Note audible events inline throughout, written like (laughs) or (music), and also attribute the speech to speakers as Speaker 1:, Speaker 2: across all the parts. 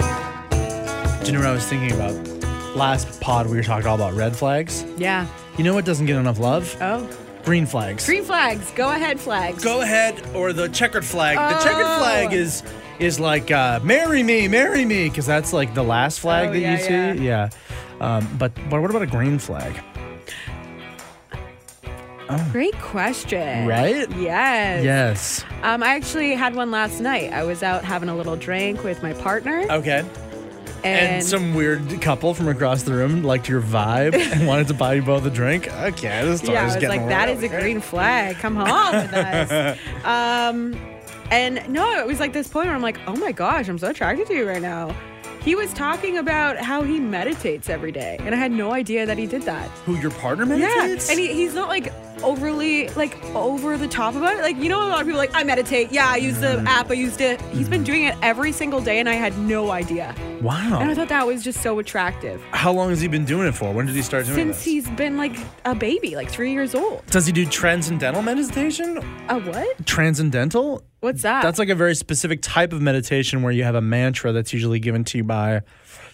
Speaker 1: Do you know what I was thinking about? Last pod, we were talking all about red flags.
Speaker 2: Yeah.
Speaker 1: You know what doesn't get enough love?
Speaker 2: Oh.
Speaker 1: Green flags.
Speaker 2: Green flags. Go ahead, flags.
Speaker 1: Go ahead, or the checkered flag. The checkered
Speaker 2: Oh.
Speaker 1: flag is is like uh, marry me, marry me, because that's like the last flag
Speaker 2: Oh,
Speaker 1: that
Speaker 2: yeah,
Speaker 1: you see. Yeah. Um, but but what about a green flag?
Speaker 2: Great question.
Speaker 1: Right?
Speaker 2: Yes.
Speaker 1: Yes.
Speaker 2: Um, I actually had one last night. I was out having a little drink with my partner,
Speaker 1: Okay.
Speaker 2: and,
Speaker 1: Uh, And, some weird couple from across the room liked your
Speaker 2: (laughs)
Speaker 1: vibe and wanted to buy you both a drink. Okay, this story's
Speaker 2: yeah, I was
Speaker 1: getting
Speaker 2: like,
Speaker 1: a
Speaker 2: "That
Speaker 1: little
Speaker 2: is a
Speaker 1: weird."
Speaker 2: green flag. Come home
Speaker 1: (laughs)
Speaker 2: with us." Um, and no, it was like this point where I'm like, "Oh my gosh, I'm so attracted to you right now." He was talking about how he meditates every day, and I had no idea that he did that.
Speaker 1: Who your partner
Speaker 2: Yeah,
Speaker 1: meditates?
Speaker 2: and he, he's not like overly like over the top about it. Like you know, a lot of people are like I meditate. Yeah, I use the app. I used it. He's been doing it every single day, and I had no idea. And I
Speaker 1: wow.
Speaker 2: thought that was just so attractive
Speaker 1: How long has he been doing it for? When did he start doing
Speaker 2: since
Speaker 1: this?
Speaker 2: he's been like a baby, like three years old.
Speaker 1: Does he do transcendental meditation? Ah.
Speaker 2: A what?
Speaker 1: Transcendental?
Speaker 2: What's that?
Speaker 1: That's like a very specific type of meditation where you have a mantra that's usually given to you by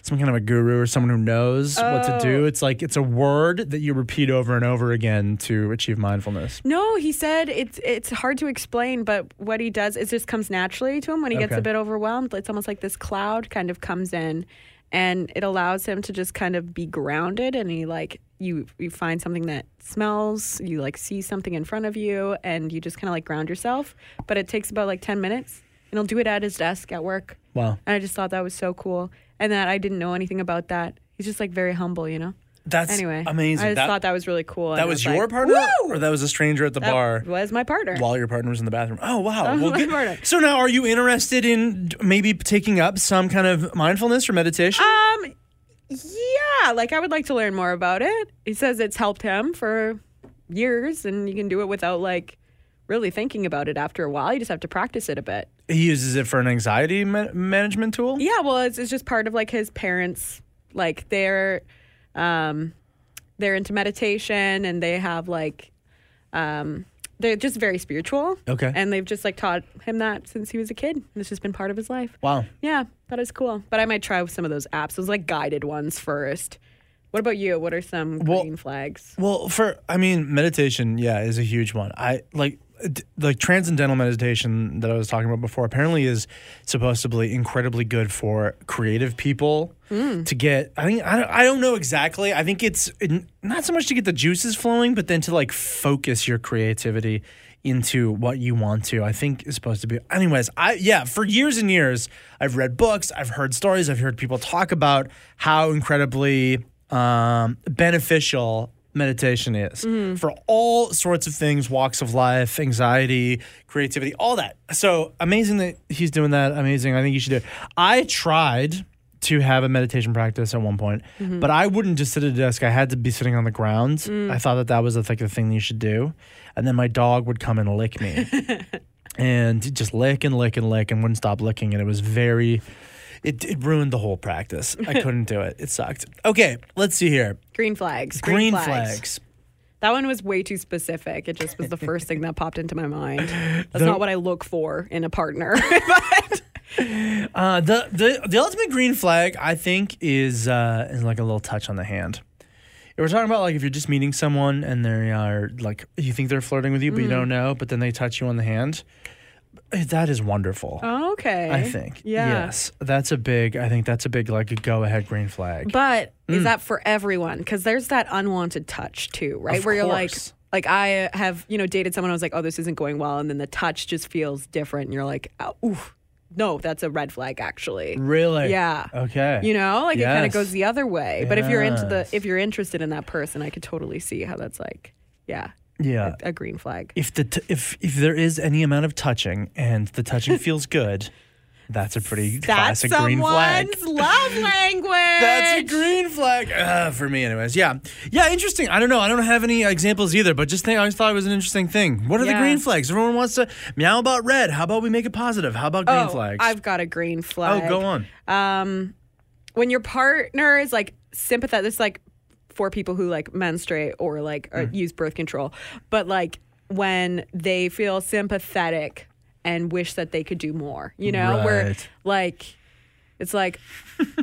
Speaker 1: some kind of a guru or someone who knows what to do. It's like it's a word that you repeat over and over again to achieve mindfulness.
Speaker 2: no, he said it's it's hard to explain, but what he does is just comes naturally to him when he gets
Speaker 1: Okay.
Speaker 2: a bit overwhelmed. It's almost like this cloud kind of comes in, and it allows him to just kind of be grounded. And he like you you find something that smells, you like see something in front of you, and you just kind of like ground yourself. But it takes about like ten minutes, and he'll do it at his desk at work.
Speaker 1: Wow.
Speaker 2: And I just thought that was so cool, and that I didn't know anything about that. He's just like very humble, you know.
Speaker 1: That's
Speaker 2: Anyway,
Speaker 1: amazing.
Speaker 2: I just
Speaker 1: that,
Speaker 2: thought that was really cool. and
Speaker 1: that
Speaker 2: I
Speaker 1: was
Speaker 2: like,
Speaker 1: your partner
Speaker 2: "Woo!"
Speaker 1: or that was a stranger at the
Speaker 2: That
Speaker 1: bar
Speaker 2: was my partner.
Speaker 1: while your partner was in the bathroom. Oh, wow.
Speaker 2: was
Speaker 1: Well,
Speaker 2: my
Speaker 1: good-
Speaker 2: partner.
Speaker 1: So now are you interested in d- maybe taking up some kind of mindfulness or meditation?
Speaker 2: Um, yeah, like I would like to learn more about it. He says it's helped him for years, and you can do it without like really thinking about it after a while. You just have to practice it a bit.
Speaker 1: he uses it for an anxiety ma- management tool?
Speaker 2: Yeah, well, it's, it's just part of like his parents, like they're, um, they're into meditation and they have like, um, they're just very spiritual.
Speaker 1: Okay.
Speaker 2: And they've just like taught him that since he was a kid. And it's just been part of his life.
Speaker 1: Wow.
Speaker 2: Yeah, that is cool. But I might try some of those apps. Those like guided ones first. What about you? What are some
Speaker 1: Well-
Speaker 2: green flags?
Speaker 1: Well, for I mean, meditation, yeah, is a huge one. I like d- like transcendental meditation that I was talking about before. Apparently, is supposedly incredibly good for creative people to get. I think I don't, I don't know exactly. I think it's n- not so much to get the juices flowing, but then to like focus your creativity into what you want to. I think is supposed to be. Anyways, I yeah, for years and years, I've read books, I've heard stories, I've heard people talk about how incredibly um, beneficial meditation is for all sorts of things walks of life anxiety creativity all that so amazing that he's doing that amazing i think you should do it i tried to have a meditation practice at one point but i wouldn't just sit at a desk i had to be sitting on the ground i thought that that was like the thing that you should do and then my dog would come and lick me and just lick and lick and lick and wouldn't stop licking and it was very it, it ruined the whole practice
Speaker 2: (laughs)
Speaker 1: i couldn't do it it sucked okay let's see here
Speaker 2: Green flags.
Speaker 1: green, flags.
Speaker 2: That one was way too specific. It just was the first thing that popped into
Speaker 1: (laughs)
Speaker 2: my mind. That's
Speaker 1: The-
Speaker 2: not what I look for in
Speaker 1: (laughs)
Speaker 2: a partner. but
Speaker 1: Uh, the the the ultimate green flag, I think, is uh, is like a little touch on the hand. If we're talking about like if you're just meeting someone and they are like you think they're flirting with you,
Speaker 2: Mm.
Speaker 1: but you don't know, but then they touch you on the hand, eh, that is wonderful.
Speaker 2: Oh, okay.
Speaker 1: I think.
Speaker 2: Yeah.
Speaker 1: Yes, that's a big. I think that's a big like go ahead green flag.
Speaker 2: But
Speaker 1: Mm.
Speaker 2: is that for everyone? Because there's that unwanted touch too, right?
Speaker 1: Of
Speaker 2: Where you're like,
Speaker 1: course.
Speaker 2: like I have, you know, dated someone. I was like, oh, this isn't going well, and then the touch just feels different. And you're like, oh, oof, no, that's a red flag, actually.
Speaker 1: really?
Speaker 2: Yeah.
Speaker 1: Okay.
Speaker 2: You know, like it kind
Speaker 1: Yes.
Speaker 2: of goes the other way. But if you're into the,
Speaker 1: Yes.
Speaker 2: if you're interested in that person, I could totally see how that's like, yeah,
Speaker 1: Yeah.
Speaker 2: a green flag.
Speaker 1: If the t- if if there is any amount of touching and the (laughs) touching feels good, that's a pretty
Speaker 2: That's
Speaker 1: classic green flag.
Speaker 2: someone's
Speaker 1: (laughs)
Speaker 2: love language.
Speaker 1: That's a green flag uh, for me, anyways. Yeah, yeah, interesting. I don't know. I don't have any examples either, but just think. I just thought it was an interesting thing. What are the
Speaker 2: Yeah.
Speaker 1: green flags? Everyone wants to meow about red. How about we make it positive? How about green
Speaker 2: oh,
Speaker 1: flags?
Speaker 2: I've got a green
Speaker 1: oh,
Speaker 2: flag.
Speaker 1: go on.
Speaker 2: um, when your partner is like uh, sympathetic, this is like for people who like menstruate or like or use birth control, but like when they feel sympathetic and wish that they could do more. You know, where
Speaker 1: Right.
Speaker 2: like it's like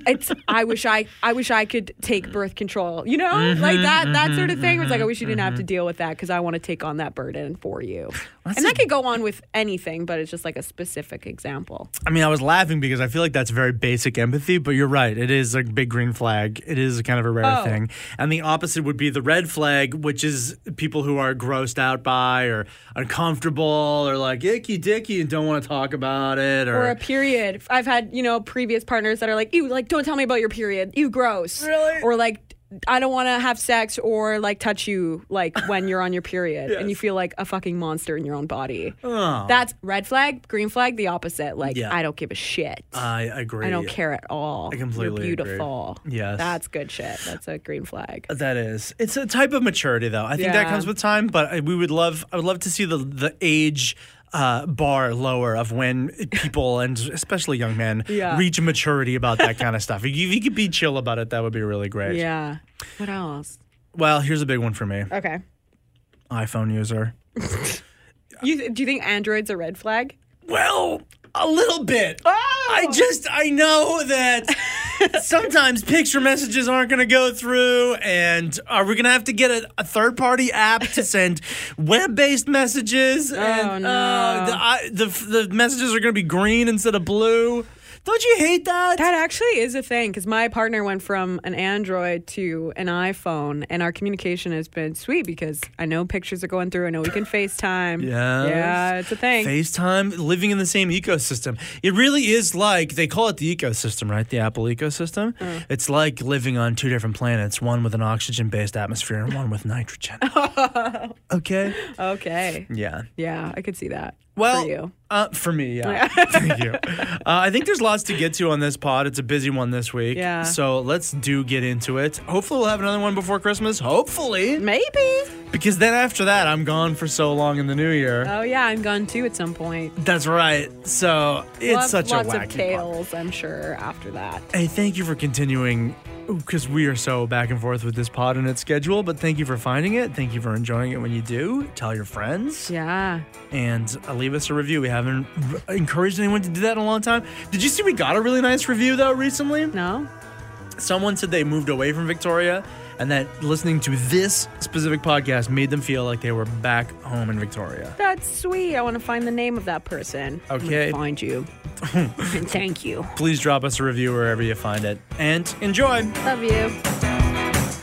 Speaker 2: it's I wish I I wish I could take birth control. You know, like that that sort of thing. Where it's like I wish you didn't have to deal with that because I want to take on that burden for you. and that could go on with anything, but it's just like a specific example.
Speaker 1: I mean, I was laughing because I feel like that's very basic empathy, but you're right. It is a big green flag. It is kind of a rare
Speaker 2: Oh.
Speaker 1: thing. And the opposite would be the red flag, which is people who are grossed out by or uncomfortable or like icky dicky and don't want to talk about it or,
Speaker 2: Or a period. I've had you know previous partners that are like, "Ew, like don't tell me about your period. Ew, gross."
Speaker 1: Really?
Speaker 2: Or like. I don't want to have sex or like touch you like when you're on your period and you feel like a fucking monster in your own body. That's red flag, green flag, the opposite. Like
Speaker 1: Yeah.
Speaker 2: I don't give a shit.
Speaker 1: I agree.
Speaker 2: I don't care at all.
Speaker 1: completely agree.
Speaker 2: You're beautiful.
Speaker 1: Yes.
Speaker 2: That's good shit. That's a green flag.
Speaker 1: That is. It's a type of maturity, though. I think that
Speaker 2: Yeah.
Speaker 1: comes with time, but I, we would love. I would love to see the the age. Uh, bar lower of when people and especially young men
Speaker 2: Yeah.
Speaker 1: reach maturity about
Speaker 2: (laughs)
Speaker 1: that kind of stuff. If you, if you could be chill about it, that would be really great.
Speaker 2: Yeah. What else?
Speaker 1: Well, here's a big one for me
Speaker 2: Okay.
Speaker 1: iPhone user.
Speaker 2: You do you think Android's a red flag?
Speaker 1: Well, a little bit. I just, I know that sometimes picture messages aren't going to go through. And are we going to have to get a, a third party app to send web based messages? and
Speaker 2: no.
Speaker 1: uh, the, I, the, the messages are going to be green instead of blue. Don't you hate that?
Speaker 2: That actually is a thing because my partner went from an Android to an iPhone, and our communication has been sweet because I know pictures are going through. I know
Speaker 1: (laughs)
Speaker 2: we can FaceTime.
Speaker 1: Yes.
Speaker 2: Yeah, it's a thing.
Speaker 1: FaceTime, living in the same ecosystem. It really is like they call it the ecosystem, right? The Apple ecosystem.
Speaker 2: Mm.
Speaker 1: It's like living on two different planets, one with an oxygen based atmosphere and one with
Speaker 2: (laughs)
Speaker 1: nitrogen. okay.
Speaker 2: okay.
Speaker 1: Yeah.
Speaker 2: Yeah, I could see that.
Speaker 1: Well,
Speaker 2: for you.
Speaker 1: Uh, for me, yeah.
Speaker 2: (laughs)
Speaker 1: Thank you. Uh, I think there's lots to get to on this pod. It's a busy one this week.
Speaker 2: Yeah.
Speaker 1: So let's do get into it. Hopefully, we'll have another one before Christmas. Hopefully.
Speaker 2: maybe.
Speaker 1: Because then after that, I'm gone for so long in the new year.
Speaker 2: Oh yeah, I'm gone too at some point.
Speaker 1: That's right. So it's
Speaker 2: We'll have
Speaker 1: such
Speaker 2: lots
Speaker 1: a wacky
Speaker 2: of
Speaker 1: pod.
Speaker 2: tales, I'm sure, after that.
Speaker 1: Hey, thank you for continuing because we are so back and forth with this pod and its schedule, but thank you for finding it. Thank you for enjoying it when you do. Tell your friends
Speaker 2: Yeah.
Speaker 1: and uh, leave us a review. We haven't r- encouraged anyone to do that in a long time. Did you see we got a really nice review though recently?
Speaker 2: No?
Speaker 1: Someone said they moved away from Victoria and that listening to this specific podcast made them feel like they were back home in Victoria.
Speaker 2: That's sweet. I want to find the name of that person. I'm gonna
Speaker 1: Okay. (laughs)
Speaker 2: Find you. and thank you.
Speaker 1: Please drop us a review wherever you find it and enjoy.
Speaker 2: Love you.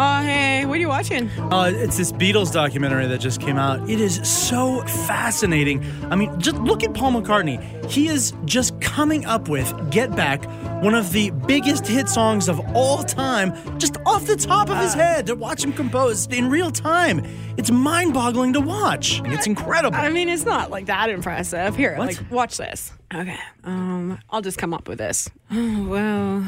Speaker 2: Oh, hey. What are you watching?
Speaker 1: Uh, it's this Beatles documentary that just came out. It is so fascinating. I mean, just look at Paul McCartney. He is just coming up with Get Back, one of the biggest hit songs of all time, just off the top of his
Speaker 2: Ah.
Speaker 1: head to watch him compose in real time. It's mind boggling to watch. It's incredible.
Speaker 2: I mean, it's not like that impressive. Here,
Speaker 1: What?
Speaker 2: like, watch this. Okay. Um, I'll just come up with this. Oh, well.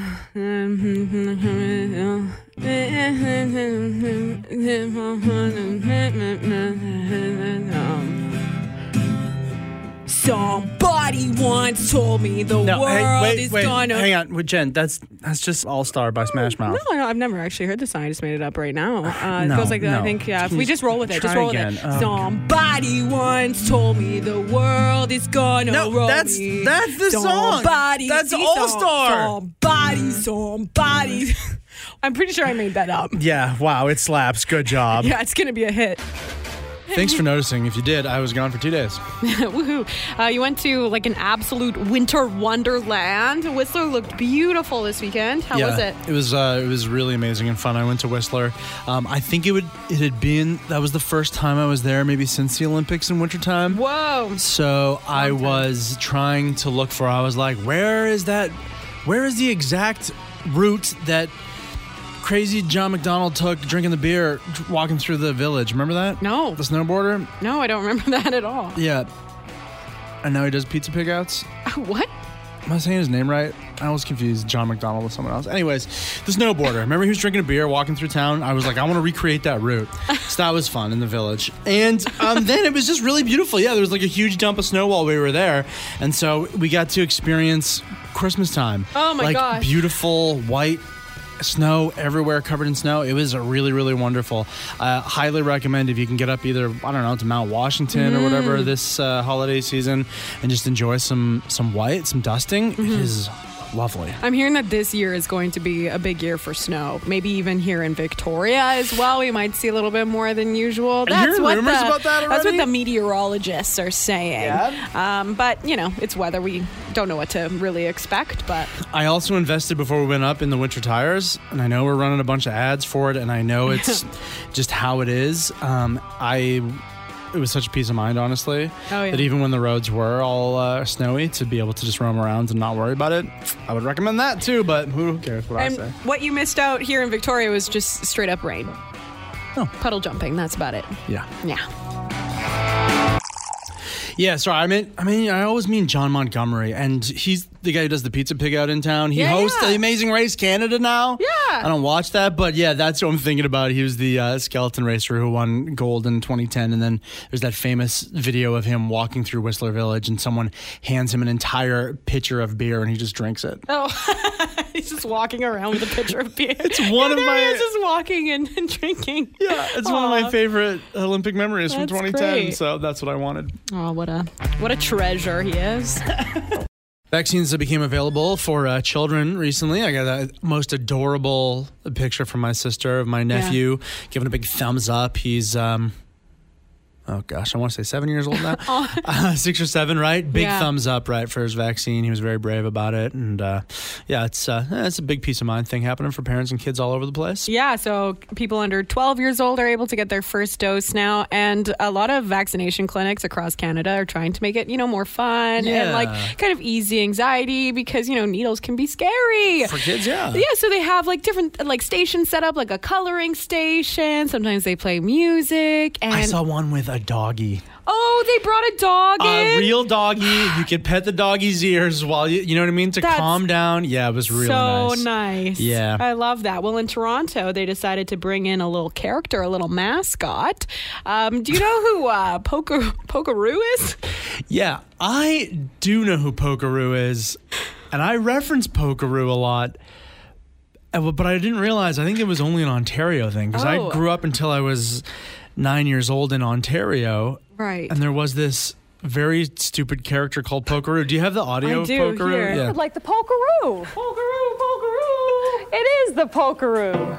Speaker 2: Somebody once told me the
Speaker 1: no,
Speaker 2: world
Speaker 1: hey, wait,
Speaker 2: is
Speaker 1: wait.
Speaker 2: gonna.
Speaker 1: Hang on, Wait, Jen. That's that's just All Star by Smash Mouth.
Speaker 2: No, no, I've never actually heard this song. I just made it up
Speaker 1: (sighs)
Speaker 2: right now. Uh,
Speaker 1: No,
Speaker 2: it goes like that.
Speaker 1: no.
Speaker 2: I think, yeah, if
Speaker 1: Can
Speaker 2: we
Speaker 1: you
Speaker 2: just roll with it. Just
Speaker 1: try
Speaker 2: roll
Speaker 1: again?
Speaker 2: with it.
Speaker 1: Oh.
Speaker 2: Somebody once told me the world is gonna
Speaker 1: No,
Speaker 2: roll
Speaker 1: that's-
Speaker 2: me.
Speaker 1: that's the song.
Speaker 2: Somebody-
Speaker 1: That's
Speaker 2: see,
Speaker 1: All
Speaker 2: some-
Speaker 1: Star.
Speaker 2: Somebody, somebody. (laughs) I'm pretty sure I made that up.
Speaker 1: Yeah, wow, it slaps. Good job.
Speaker 2: (laughs) Yeah, it's gonna be a hit.
Speaker 1: Thanks for noticing. If you did, I was gone for two days.
Speaker 2: Woohoo. Uh, you went to like an absolute winter wonderland. Whistler looked beautiful this weekend. How was it?
Speaker 1: was uh, it was really amazing and fun. I went to Whistler. Um, I think it would it had been that was the first time I was there maybe since the Olympics in wintertime.
Speaker 2: Whoa.
Speaker 1: So I was trying to look for. I was like, where is that? Where is the exact route that crazy John McDonald took drinking the beer, walking through the village? Remember that?
Speaker 2: No.
Speaker 1: The snowboarder.
Speaker 2: No, I don't remember (laughs) that at all.
Speaker 1: Yeah. And now he does pizza pickouts.
Speaker 2: What?
Speaker 1: Am I saying his name right? I was confused John McDonald with someone else. Anyways, the snowboarder. Remember he was drinking a beer, walking through town. I was like, I want to recreate that
Speaker 2: (laughs)
Speaker 1: route. So that was fun in the village. And um, then it was just really beautiful. Yeah, there was like a huge dump of snow while we were there, and so we got to experience Christmas time.
Speaker 2: Oh my
Speaker 1: like,
Speaker 2: gosh.
Speaker 1: Beautiful white snow everywhere, covered in snow. It was really, really wonderful. Uh, highly recommend if you can get up either I don't know to Mount Washington or whatever this uh, holiday season and just enjoy some some white, some dusting. It is lovely.
Speaker 2: I'm hearing that this year is going to be a big year for snow. Maybe even here in Victoria as well. We might see a little bit more than usual. That's
Speaker 1: hearing
Speaker 2: what
Speaker 1: rumors
Speaker 2: the,
Speaker 1: about that
Speaker 2: That's what
Speaker 1: already?
Speaker 2: the meteorologists are saying. Um, but you know, it's weather. We don't know what to really expect. But
Speaker 1: I also invested before we went up in the winter tires, and I know we're running a bunch of ads for it, and I
Speaker 2: (laughs)
Speaker 1: know it's just how it is. Um, I it was such a peace of mind, honestly,
Speaker 2: Oh, yeah.
Speaker 1: that even when the roads were all uh, snowy, to be able to just roam around and not worry about it, I would recommend that too. But who cares what
Speaker 2: and
Speaker 1: I say?
Speaker 2: what you missed out here in Victoria was just straight up rain.
Speaker 1: Oh.
Speaker 2: Puddle jumping. That's about it.
Speaker 1: Yeah,
Speaker 2: Yeah.
Speaker 1: yeah. Sorry, I mean, I mean, I always mean John Montgomery, and he's the guy who does the pizza pig out in town. He
Speaker 2: Yeah,
Speaker 1: hosts
Speaker 2: yeah.
Speaker 1: the Amazing Race Canada now.
Speaker 2: Yeah.
Speaker 1: I don't watch that, but yeah, that's what I'm thinking about. He was the uh, skeleton racer who won gold in 2010, and then there's that famous video of him walking through Whistler Village, and someone hands him an entire pitcher of beer, and he just drinks it.
Speaker 2: Oh, (laughs) he's just walking around with a pitcher of beer. It's
Speaker 1: one
Speaker 2: (laughs) yeah,
Speaker 1: of
Speaker 2: there He
Speaker 1: my-
Speaker 2: is just walking and, and (laughs) drinking.
Speaker 1: Yeah, it's one of my favorite Olympic memories from
Speaker 2: That's
Speaker 1: 2010.
Speaker 2: great.
Speaker 1: So that's what I wanted.
Speaker 2: Oh, what a what a treasure he is.
Speaker 1: Vaccines that became available for uh, children recently. I got that most adorable picture from my sister of my nephew giving a big thumbs up. He's, um, oh gosh, I want to say seven years
Speaker 2: (laughs)
Speaker 1: old now. (laughs) uh, six or seven, right? Big
Speaker 2: Oh. Yeah.
Speaker 1: thumbs up, right, for his vaccine. He was very brave about it. And uh, yeah, it's, uh, eh, it's a big peace of mind thing happening for parents and kids all over the place.
Speaker 2: Yeah, so people under 12 years old are able to get their first dose now, and a lot of vaccination clinics across Canada are trying to make it, you know, more fun and
Speaker 1: Yeah.
Speaker 2: like kind of easy anxiety because you know needles can be scary.
Speaker 1: For kids, yeah.
Speaker 2: Yeah, so they have like different like stations set up, like a coloring station. Sometimes they play music, and
Speaker 1: I saw one with a doggy.
Speaker 2: oh, they brought a dog
Speaker 1: A
Speaker 2: in.
Speaker 1: real doggy. You could pet the doggy's ears while you, you know what I mean, to
Speaker 2: That's
Speaker 1: calm down. Yeah, it was really
Speaker 2: so
Speaker 1: nice.
Speaker 2: nice.
Speaker 1: Yeah.
Speaker 2: I love that. Well, in Toronto, they decided to bring in a little character, a little mascot. Um, do you know who uh, Poker Pokeroo is?
Speaker 1: Yeah, I do know who Pokeroo is, and I reference Pokeroo a lot. Uh, But I didn't realize. I think it was only an Ontario thing because
Speaker 2: Oh.
Speaker 1: I grew up until I was nine years old in Ontario,
Speaker 2: Right.
Speaker 1: and there was this very stupid character called Pokeroo. Do you have the audio
Speaker 2: I do,
Speaker 1: of Pokeroo?
Speaker 2: here.
Speaker 1: Yeah.
Speaker 3: Like the Pokeroo. Pokeroo, Pokeroo. It is the Pokeroo.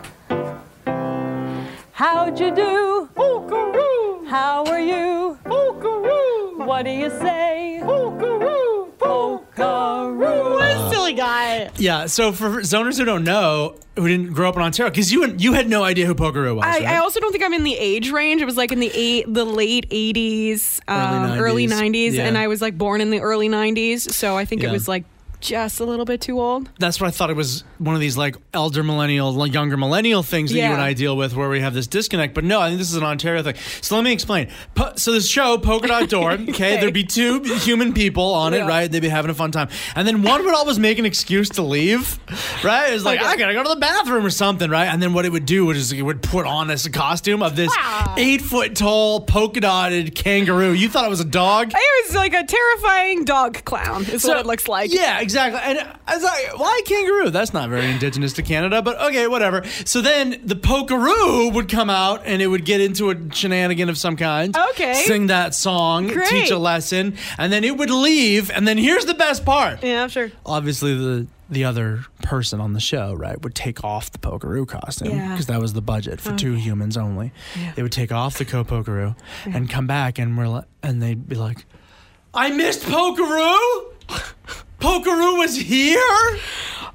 Speaker 3: How'd you do? Pokeroo. How are you? Pokeroo. What do you say? Pokeroo. Pokeroo.
Speaker 2: Silly guy.
Speaker 1: Yeah, So for zoners who don't know, who didn't grow up in Ontario, because you you had no idea who Pokeroo was.
Speaker 2: I,
Speaker 1: right?
Speaker 2: I also don't think I'm in the age range. It was like in the eight, the late 80s, um, early
Speaker 1: 90s.
Speaker 2: 90s, and
Speaker 1: Yeah.
Speaker 2: I was like born in the early 90s, so I think it
Speaker 1: Yeah.
Speaker 2: was like just a little bit too old.
Speaker 1: that's what I thought it was one of these like elder millennial, like, younger millennial things that
Speaker 2: Yeah.
Speaker 1: you and I deal with where we have this disconnect. But no, I think this is an Ontario thing. So let me explain. Po- so this show, Polka
Speaker 2: (laughs)
Speaker 1: Dot Door, okay, there'd be two human people on
Speaker 2: Yeah.
Speaker 1: it, right? They'd be having a fun time. And then one would always make an excuse to leave, right? It's like,
Speaker 2: Oh,
Speaker 1: I gotta go to the bathroom or something, right? And then what it would do is it would put on this costume of this eight foot tall polka dotted kangaroo. You thought it was a dog?
Speaker 2: It was like a terrifying dog clown. Is what it looks like.
Speaker 1: Yeah, exactly. And I was like, why kangaroo? That's not very indigenous to Canada, but okay, whatever. So then the pokeroo would come out and it would get into a shenanigan of some kind.
Speaker 2: Okay.
Speaker 1: Sing that song,
Speaker 2: Great.
Speaker 1: teach a lesson, and then it would leave. And then here's the best part.
Speaker 2: Yeah, sure.
Speaker 1: Obviously, the the other person on the show, right, would take off the pokeroo costume
Speaker 2: Yeah.
Speaker 1: because that was the budget for two humans only. They would take off the co pokeroo and come back, and we're like, and they'd be like, "I missed pokeroo." Pokeroo was here.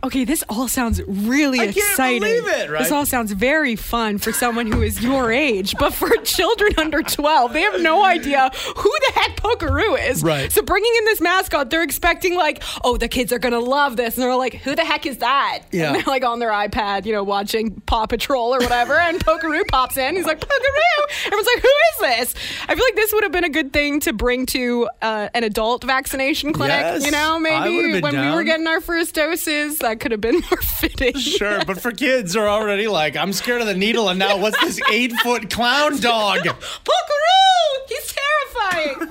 Speaker 2: Okay, this all sounds really
Speaker 1: I can't
Speaker 2: exciting.
Speaker 1: believe it, right?
Speaker 2: This all sounds very fun for someone who is your age, but for (laughs) children under 12, they have no idea who the heck Pokeroo is.
Speaker 1: Right.
Speaker 2: So bringing in this mascot, they're expecting like, oh, the kids are gonna love this, and they're like, who the heck is that?
Speaker 1: Yeah.
Speaker 2: And they're like on their iPad, you know, watching Paw Patrol or whatever, and Pokeroo pops in. He's like, Pokeroo. Everyone's like, who is this? I feel like this would have been a good thing to bring to uh, an adult vaccination clinic.
Speaker 1: Yes,
Speaker 2: you know,
Speaker 1: I
Speaker 2: maybe
Speaker 1: would've
Speaker 2: when
Speaker 1: been
Speaker 2: we were
Speaker 1: down.
Speaker 2: getting our first doses, that could have been (laughs) more fitting.
Speaker 1: Sure, but for kids who are already like, I'm scared of the needle, and now
Speaker 2: (gasps)
Speaker 1: what's this eight foot clown dog? (laughs)
Speaker 2: Pokeroo! He's terrifying.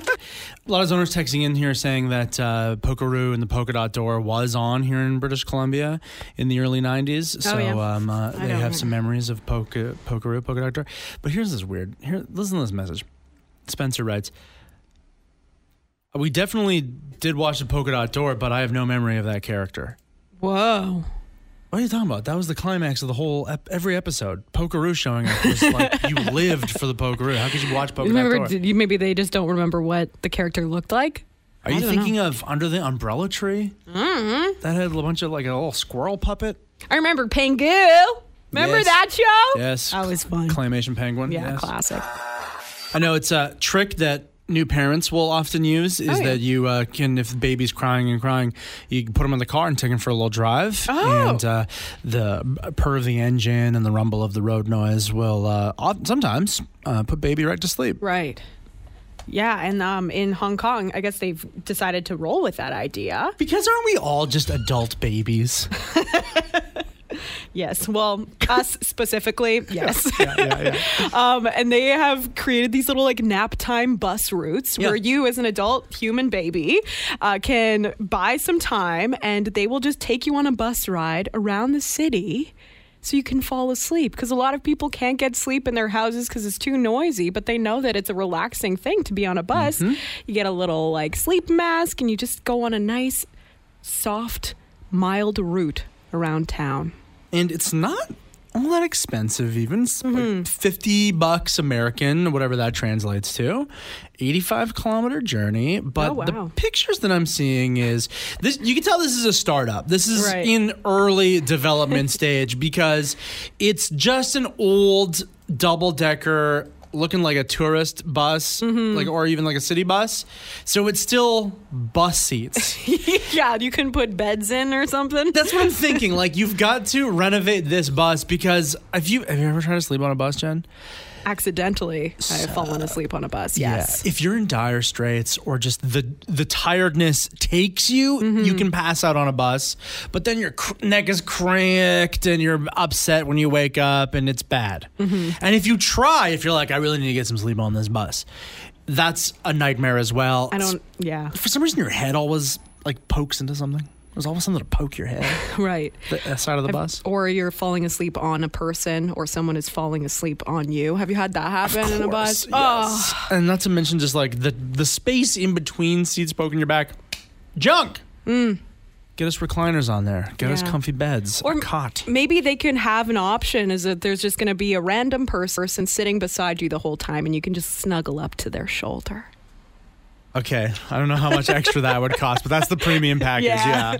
Speaker 1: A lot of zoners texting in here saying that uh, Pokeroo and the Polka Dot Door was on here in British Columbia in the early 90s. so
Speaker 4: yeah.
Speaker 1: um, uh, they
Speaker 4: know.
Speaker 1: have some memories of Poker, Pokeroo, Polka Dot Door. But here's this weird. Here, Listen to this message. Spencer writes We definitely did watch the Polka Dot Door, but I have no memory of that character.
Speaker 2: Whoa.
Speaker 1: What are you talking about? That was the climax of the whole ep- every episode. Pokeroo showing up was like you lived for the Pokeroo. How could you watch Polka Dot
Speaker 2: Remember,
Speaker 1: Door?
Speaker 2: did you, maybe they just don't remember what the character looked like.
Speaker 1: Are you thinking of Under the Umbrella Tree? Mm-hmm. That had a bunch of like a little squirrel puppet.
Speaker 2: I remember Pengu. Remember
Speaker 1: Yes.
Speaker 2: that show?
Speaker 1: Yes,
Speaker 2: That was fun.
Speaker 1: claymation penguin.
Speaker 2: yeah,
Speaker 1: yes.
Speaker 2: classic.
Speaker 1: I know it's a trick that new parents will often use is
Speaker 2: yeah.
Speaker 1: that you uh, can if the baby's crying and crying you can put them in the car and take them for a little drive
Speaker 2: Oh.
Speaker 1: and uh, the purr of the engine and the rumble of the road noise will uh, oft- sometimes uh, put baby right to sleep
Speaker 2: Right. Yeah, and um, in Hong Kong, I guess they've decided to roll with that idea.
Speaker 1: because aren't we all just adult babies
Speaker 2: Yes. Well, us specifically, yes.
Speaker 1: (laughs) (laughs) yeah, yeah.
Speaker 2: um, and they have created these little like nap time bus routes
Speaker 1: Yeah.
Speaker 2: where you, as an adult human baby, uh, can buy some time and they will just take you on a bus ride around the city. So you can fall asleep because a lot of people can't get sleep in their houses because it's too noisy. But they know that it's a relaxing thing to be on a bus. You get a little like sleep mask and you just go on a nice, soft, mild route around town. (laughs)
Speaker 1: and it's not all that expensive even it's
Speaker 2: Mm-hmm.
Speaker 1: like 50 bucks american whatever that translates to 85 kilometer journey but
Speaker 2: Oh,
Speaker 1: the
Speaker 2: wow.
Speaker 1: pictures that i'm seeing is this you can tell this is a startup this is
Speaker 2: Right.
Speaker 1: in
Speaker 2: (laughs)
Speaker 1: early development stage because it's just an old double decker looking like a tourist bus
Speaker 2: Mm-hmm.
Speaker 1: like or even like a city bus so it's still bus seats
Speaker 2: yeah, you can put beds in or something.
Speaker 1: That's what I'm thinking. Like you've got to renovate this bus because if you have you ever tried to sleep on a bus, Jen?
Speaker 2: accidentally I've fallen asleep on a bus. Yes.
Speaker 1: If you're in dire straits or just the the tiredness takes you, you
Speaker 2: Mm-hmm.
Speaker 1: can pass out on a bus. But then your cr- neck is cranked and you're upset when you wake up and it's bad.
Speaker 2: Mm-hmm.
Speaker 1: And if you try, if you're like, I really need to get some sleep on this bus, that's a nightmare as well.
Speaker 2: I don't yeah. (laughs)
Speaker 1: For some reason, your head always like pokes into something. There's always something to poke your head.
Speaker 2: Right.
Speaker 1: the the side of the bus.
Speaker 2: Or you're falling asleep on a person or someone is falling asleep on you. Have you had that happen in a bus?
Speaker 1: course, yes. And not to mention just like the the space in between seats poking your back. Junk. Get us recliners on there. Get us
Speaker 2: Yeah.
Speaker 1: comfy beds. Or
Speaker 2: Or-
Speaker 1: a cot.
Speaker 2: Maybe they can have an option is that there's just going to be a random pers- person sitting beside you the whole time and you can just snuggle up to their shoulder.
Speaker 1: Okay. I don't know how much extra that would cost, but that's the premium package.
Speaker 2: Yeah.
Speaker 1: Yeah.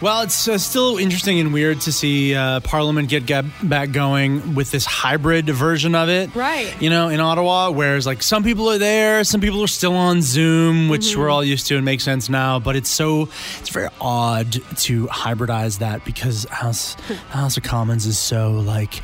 Speaker 1: Well, it's uh, still interesting and weird to see uh, Parliament get, get back going with this hybrid version of it.
Speaker 2: Right.
Speaker 1: You know, in Ottawa, whereas like some people are there, some people are still on Zoom, which
Speaker 2: Mm-hmm.
Speaker 1: we're all used to and makes sense now. But it's so, it's very odd to hybridize that because
Speaker 2: (laughs)
Speaker 1: House, House of Commons is so like,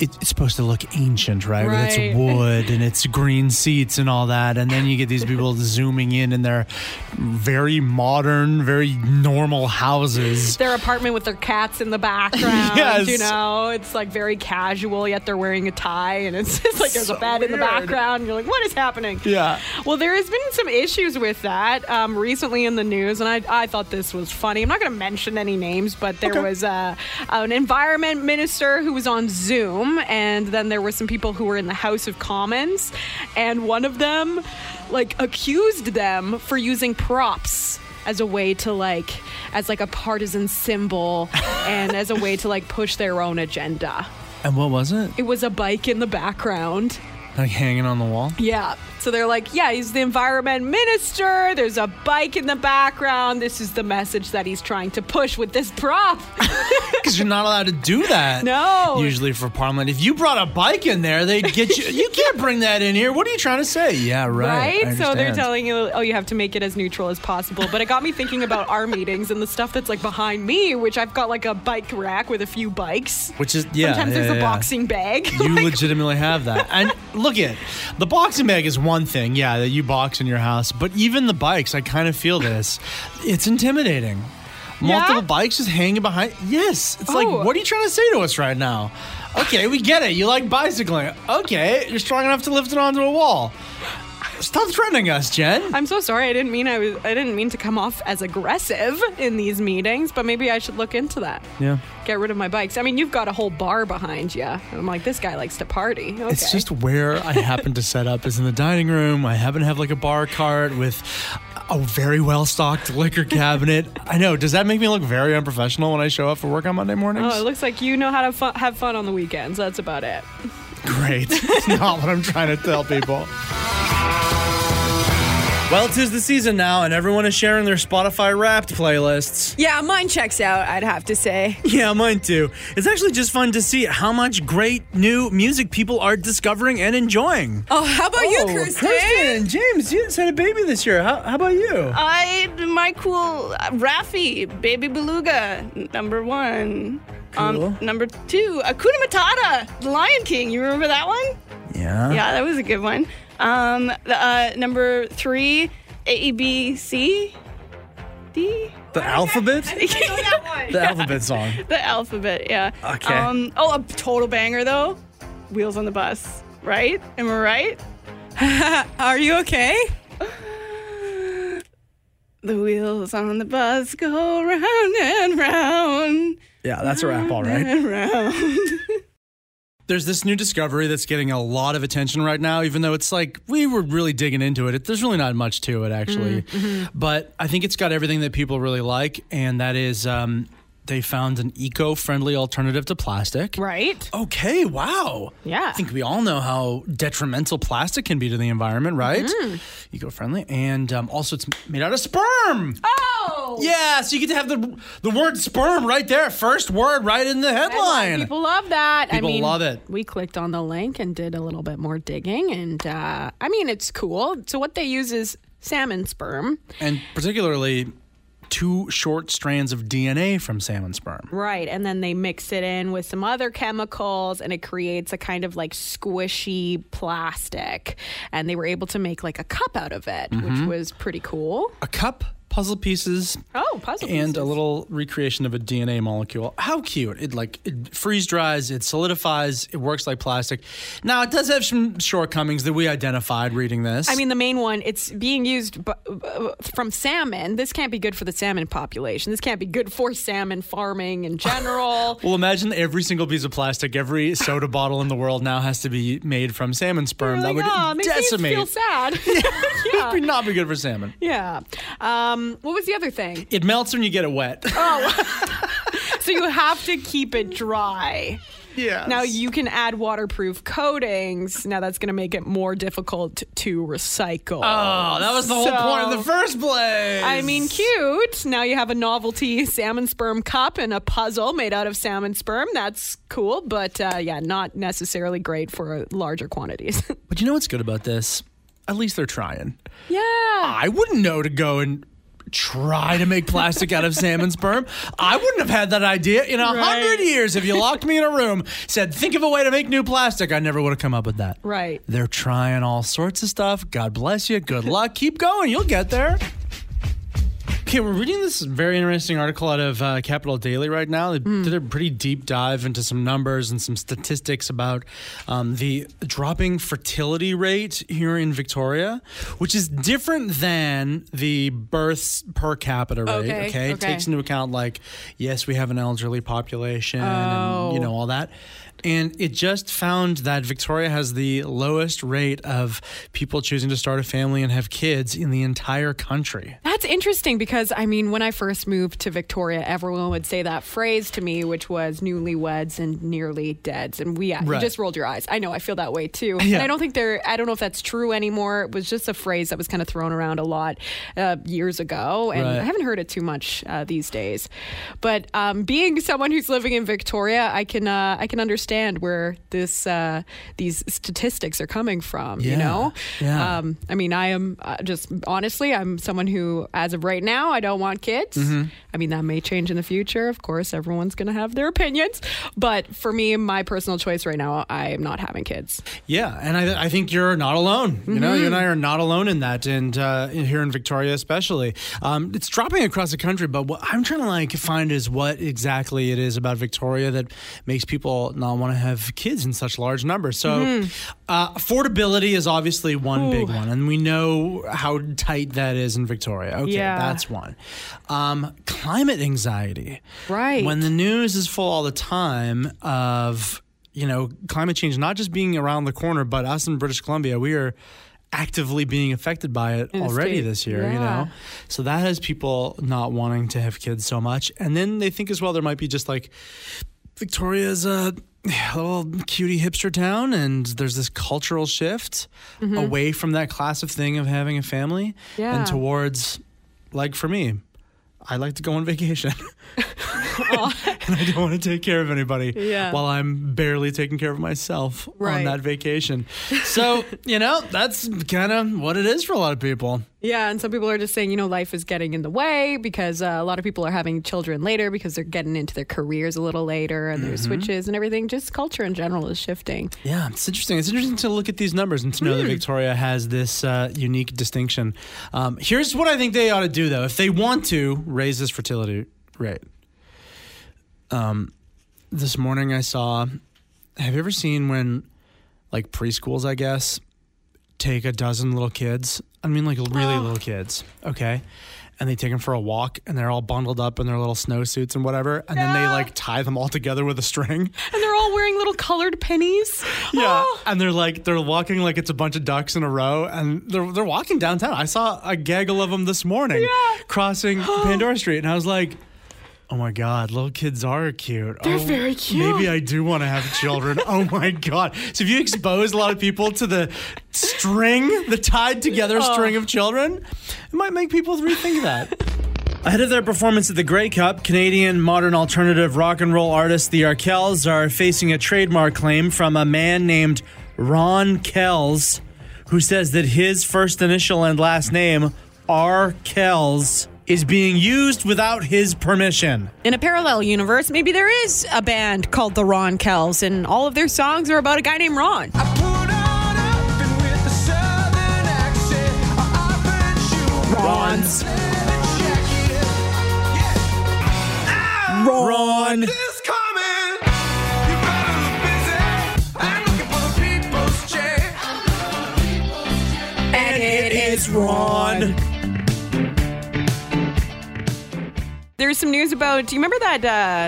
Speaker 1: it, it's supposed to look ancient, right? With
Speaker 2: Right.
Speaker 1: It's wood and it's green seats and all that. And then you get these people zooming in in their very modern, very normal houses.
Speaker 2: Their apartment with their cats in the background,
Speaker 1: (laughs) Yes.
Speaker 2: you know, it's like very casual, yet they're wearing a tie and it's (laughs) just like there's a
Speaker 1: So
Speaker 2: bed in the
Speaker 1: weird.
Speaker 2: background. And you're like, what is happening?
Speaker 1: Yeah.
Speaker 2: Well, there has been some issues with that um, recently in the news, and I, I thought this was funny. I'm not going to mention any names, but there was uh, an environment minister who was on Zoom, and then there were some people who were in the House of Commons, and one of them like accused them for using props as a way to like as like a partisan symbol (laughs) and as a way to like push their own agenda.
Speaker 1: And what was it?
Speaker 2: It was a bike in the background.
Speaker 1: Like hanging on the wall? (laughs)
Speaker 2: Yeah. So they're like, yeah, he's the environment minister. There's a bike in the background. This is the message that he's trying to push with this
Speaker 1: (laughs)
Speaker 2: prop. (laughs)
Speaker 1: Because you're not allowed to do that.
Speaker 2: No.
Speaker 1: Usually for Parliament. If you brought a bike in there, they'd get you. You can't bring that in here. What are you trying to say? Yeah, right.
Speaker 2: Right?
Speaker 1: I
Speaker 2: So they're
Speaker 1: understand.
Speaker 2: telling you, oh, you have to make it as neutral as possible. But it got me thinking
Speaker 1: (laughs)
Speaker 2: about our meetings and the stuff that's like behind me, which I've got like a bike rack with a few bikes.
Speaker 1: Which is, yeah.
Speaker 2: Sometimes
Speaker 1: yeah,
Speaker 2: there's a
Speaker 1: yeah.
Speaker 2: boxing bag.
Speaker 1: (laughs) You legitimately have that. And look at the boxing bag is one thing, yeah, that you box in your house, but even the bikes, I kind of feel this. It's intimidating. Multiple
Speaker 2: Yeah?
Speaker 1: bikes just hanging behind. Yes. It's like,
Speaker 2: Oh.
Speaker 1: what are you trying to say to us right now? Okay, we get it. You like bicycling. Okay, you're strong enough to lift it onto a wall. Stop threatening us, Jen.
Speaker 2: (laughs) I'm so sorry. I didn't mean I was. I didn't mean to come off as aggressive in these meetings, but maybe I should look into that.
Speaker 1: Yeah.
Speaker 2: Get rid of my bikes. I mean, you've got a whole bar behind you. I'm like, this guy likes to party. Okay.
Speaker 1: It's just where I happen to set up is in the dining room. I happen to have like a bar cart with a very well stocked liquor cabinet. I know. Does that make me look very unprofessional when I show up for work on Monday mornings?
Speaker 2: Oh, it looks like you know how to fu- have fun on the weekends. That's about it.
Speaker 1: Great. It's not what I'm trying to tell people.
Speaker 5: Well, tis the season now, and everyone is sharing their Spotify Wrapped
Speaker 1: (laughs)
Speaker 5: playlists.
Speaker 4: Yeah, mine checks out, I'd have
Speaker 2: (laughs)
Speaker 4: to say.
Speaker 5: Yeah, mine too. It's actually just fun to see how much great new music people are discovering and enjoying.
Speaker 4: Oh, how about you, Kirsten?
Speaker 5: Kirsten, James, you just had a baby this year. How, how about you?
Speaker 6: I my cool uh, Rafi, Baby Beluga, n- number one.
Speaker 5: Cool.
Speaker 6: Um, number two, Akuna Matata, The Lion King. You remember that one?
Speaker 5: yeah.
Speaker 6: Yeah, that was a good one. Um, the, uh, number three, A B C D.
Speaker 5: The alphabet? The alphabet song.
Speaker 6: the alphabet, yeah.
Speaker 5: Okay.
Speaker 6: Um, oh, a total banger though. Wheels on the bus, right? Am I right? (laughs)
Speaker 4: Are you okay?
Speaker 6: The wheels on the bus go round and round
Speaker 5: Yeah, that's a rap, all right.
Speaker 6: and round.
Speaker 1: There's this new discovery that's getting a lot of attention right now, even though it's like we were really digging into it. it there's really not much to it, actually.
Speaker 5: Mm, mm-hmm.
Speaker 1: But I think it's got everything that people really like, and that is um, they found an eco friendly alternative to plastic.
Speaker 2: Right?
Speaker 1: Okay, wow.
Speaker 2: Yeah.
Speaker 1: I think we all know how detrimental plastic can be to the environment, right?
Speaker 5: Mm.
Speaker 1: Eco friendly. And um, also, it's made out of sperm.
Speaker 2: Oh!
Speaker 1: Yeah, so you get to have the, the word sperm right there, first word right in the headline.
Speaker 2: People love that.
Speaker 1: People
Speaker 2: I mean,
Speaker 1: love it.
Speaker 2: We clicked on the link and did a little bit more digging, and uh, I mean, it's cool. So what they use is salmon sperm,
Speaker 1: and particularly two short strands of DNA from salmon sperm.
Speaker 2: right? And then they mix it in with some other chemicals, and it creates a kind of like squishy plastic. And they were able to make like a cup out of it,
Speaker 1: Mm-hmm.
Speaker 2: which was pretty cool.
Speaker 1: A cup, puzzle pieces,
Speaker 2: Oh, puzzle
Speaker 1: and a
Speaker 2: pieces.
Speaker 1: little recreation of a DNA molecule. How cute! It like it freeze dries, it solidifies, it works like plastic. Now it does have some shortcomings that we identified reading this.
Speaker 2: I mean, the main one, it's being used bu- uh, from salmon. This can't be good for the salmon population. This can't be good for salmon farming in general.
Speaker 1: (laughs) Well, imagine every single piece of plastic, every soda bottle in the world now has to be made from salmon sperm. that would
Speaker 2: Aw, makes me
Speaker 1: decimate.
Speaker 2: feel sad.
Speaker 1: (laughs)
Speaker 2: (laughs)
Speaker 1: It would not be good for salmon.
Speaker 2: yeah. Um, what was the other thing?
Speaker 1: It melts when you get it
Speaker 2: (laughs)
Speaker 1: wet.
Speaker 2: So you have to keep it dry.
Speaker 1: yeah.
Speaker 2: Now you can add waterproof coatings. Now that's going to make it more difficult to recycle.
Speaker 1: Oh, that was the whole
Speaker 2: So-
Speaker 1: point in the first place.
Speaker 2: I mean, cute. Now you have a novelty salmon sperm cup and a puzzle made out of salmon sperm. That's cool, but uh, yeah, not necessarily great for uh, larger quantities. (laughs)
Speaker 1: But you know what's good about this? At least they're trying.
Speaker 2: yeah.
Speaker 1: I wouldn't know to go and try to make plastic out of salmon sperm. I wouldn't have had that idea in a hundred years if you locked me in a room, said, think of a way to make new plastic. I never would have come up with that.
Speaker 2: Right.
Speaker 1: They're trying all sorts of stuff. God bless you. Good luck. Keep going. You'll get there. Okay, we're reading this very interesting article out of uh, Capital Daily right now. They
Speaker 4: Hmm.
Speaker 1: did a pretty deep dive into some numbers and some statistics about um, the dropping fertility rate here in Victoria, which is different than the births per capita rate.
Speaker 4: Okay,
Speaker 1: It
Speaker 4: okay.
Speaker 1: takes into account, like, yes, we have an elderly population and, you
Speaker 4: Oh.
Speaker 1: know, all that. And it just found that Victoria has the lowest rate of people choosing to start a family and have kids in the entire country.
Speaker 2: That's interesting because I mean, when I first moved to Victoria, everyone would say that phrase to me, which was newlyweds and nearly deads. And we you
Speaker 1: Right.
Speaker 2: just rolled your eyes. I know, I feel that
Speaker 1: (laughs)
Speaker 2: way too. And I don't think they're, I don't know if that's true anymore. It was just a phrase that was kind of thrown around a lot uh, years ago. And
Speaker 1: Right.
Speaker 2: I haven't heard it too much uh, these days. But um, being someone who's living in Victoria, I can, uh, I can understand where this, uh, these statistics are coming from,
Speaker 1: Yeah.
Speaker 2: you know?
Speaker 1: Yeah.
Speaker 2: Um, I mean, I am uh, just honestly, I'm someone who as of right now, I don't want kids.
Speaker 1: Mm-hmm.
Speaker 2: I mean, that may change in the future. Of course, everyone's going to have their opinions. But for me, my personal choice right now, I am not having kids.
Speaker 1: Yeah, and I, I think you're not alone. You know, you and I are not alone in that, and uh, here in Victoria especially, um, it's dropping across the country. But what I'm trying to like find is what exactly it is about Victoria that makes people not want to have kids in such large numbers. So uh, affordability is obviously one big one, and we know how tight that is in Victoria. Okay,
Speaker 2: Yeah.
Speaker 1: that's one. Um, climate anxiety.
Speaker 2: Right.
Speaker 1: When the news is full all the time of, you know, climate change not just being around the corner, but us in British Columbia, we are actively being affected by it
Speaker 2: the
Speaker 1: already
Speaker 2: state,
Speaker 1: this year, you
Speaker 2: yeah.
Speaker 1: know? So that has people not wanting to have kids so much. And then they think as well there might be just like Victoria's a little cutie hipster town, and there's this cultural shift away from that classic thing of having a family
Speaker 2: Mm-hmm. Yeah.
Speaker 1: and towards, like for me, I like to go on vacation. (laughs) and I don't want to take care of anybody
Speaker 2: Yeah.
Speaker 1: while I'm barely taking care of myself on
Speaker 2: Right.
Speaker 1: that vacation. So, you know, that's kind of what it is for a lot of people.
Speaker 2: Yeah, and some people are just saying, you know, life is getting in the way because uh, a lot of people are having children later because they're getting into their careers a little later and
Speaker 1: Mm-hmm.
Speaker 2: their switches and everything. Just culture in general is shifting.
Speaker 1: Yeah, it's interesting. It's interesting to look at these numbers and to know that Victoria has this uh, unique distinction. Um, here's what I think they ought to do, though. If they want to raise this fertility rate, um, this morning I saw. Have you ever seen when, like preschools, I guess, take a dozen little kids? I mean, like really little kids. Okay. And they take them for a walk, and they're all bundled up in their little snowsuits and whatever, and then they like tie them all together with a string.
Speaker 2: And they're all wearing little colored pennies.
Speaker 1: (laughs) Yeah, and they're like they're walking like it's a bunch of ducks in a row, and they're they're walking downtown. I saw a gaggle of them this morning crossing
Speaker 2: (gasps)
Speaker 1: Pandora Street, and I was like, "Oh my god, little kids are cute. They're
Speaker 2: very cute.
Speaker 1: Maybe I do want to have
Speaker 2: (laughs)
Speaker 1: children. oh my god! So if you expose a lot of people to the string, the tied together
Speaker 2: Oh.
Speaker 1: string of children, it might make people rethink that. Ahead of their performance at the Grey Cup, Canadian modern alternative rock and roll artists the Arkells are facing a trademark claim from a man named Ron Kells, who says that his first initial and last name, R. Kells, is being used without his permission.
Speaker 4: In a parallel universe, maybe there is a band called the Ron Kells, and all of their songs are about a guy named Ron.
Speaker 1: Ron's. Ron.
Speaker 4: And it is
Speaker 1: Ron.
Speaker 2: There's some news about. Do you remember that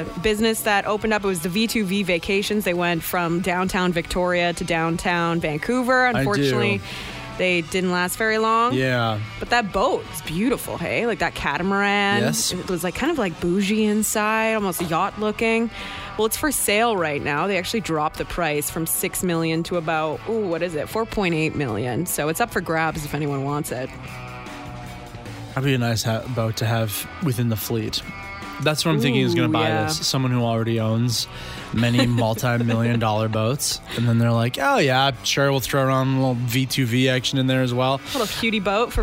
Speaker 2: uh, business that opened up? It was the V2V Vacations. They went from downtown Victoria to downtown Vancouver.
Speaker 1: do.
Speaker 2: Unfortunately, they didn't last very long.
Speaker 1: Yeah.
Speaker 2: But that boat is beautiful, hey? Like that catamaran.
Speaker 1: Yes.
Speaker 2: It was like kind of like bougie inside, almost yacht looking. Well, it's for sale right now. They actually dropped the price from 6 million to about, ooh, what is it? 4.8 million. So it's up for grabs if anyone wants it.
Speaker 1: That'd be a nice ha- boat to have within the fleet. That's what I'm thinking is going
Speaker 2: Ooh,
Speaker 1: to buy
Speaker 2: yeah.
Speaker 1: this. Someone who already owns
Speaker 2: (laughs)
Speaker 1: many multi-million dollar boats, and then they're like, "Oh yeah, sure, we'll throw around a little V2V action in there as well."
Speaker 2: Little cutie boat for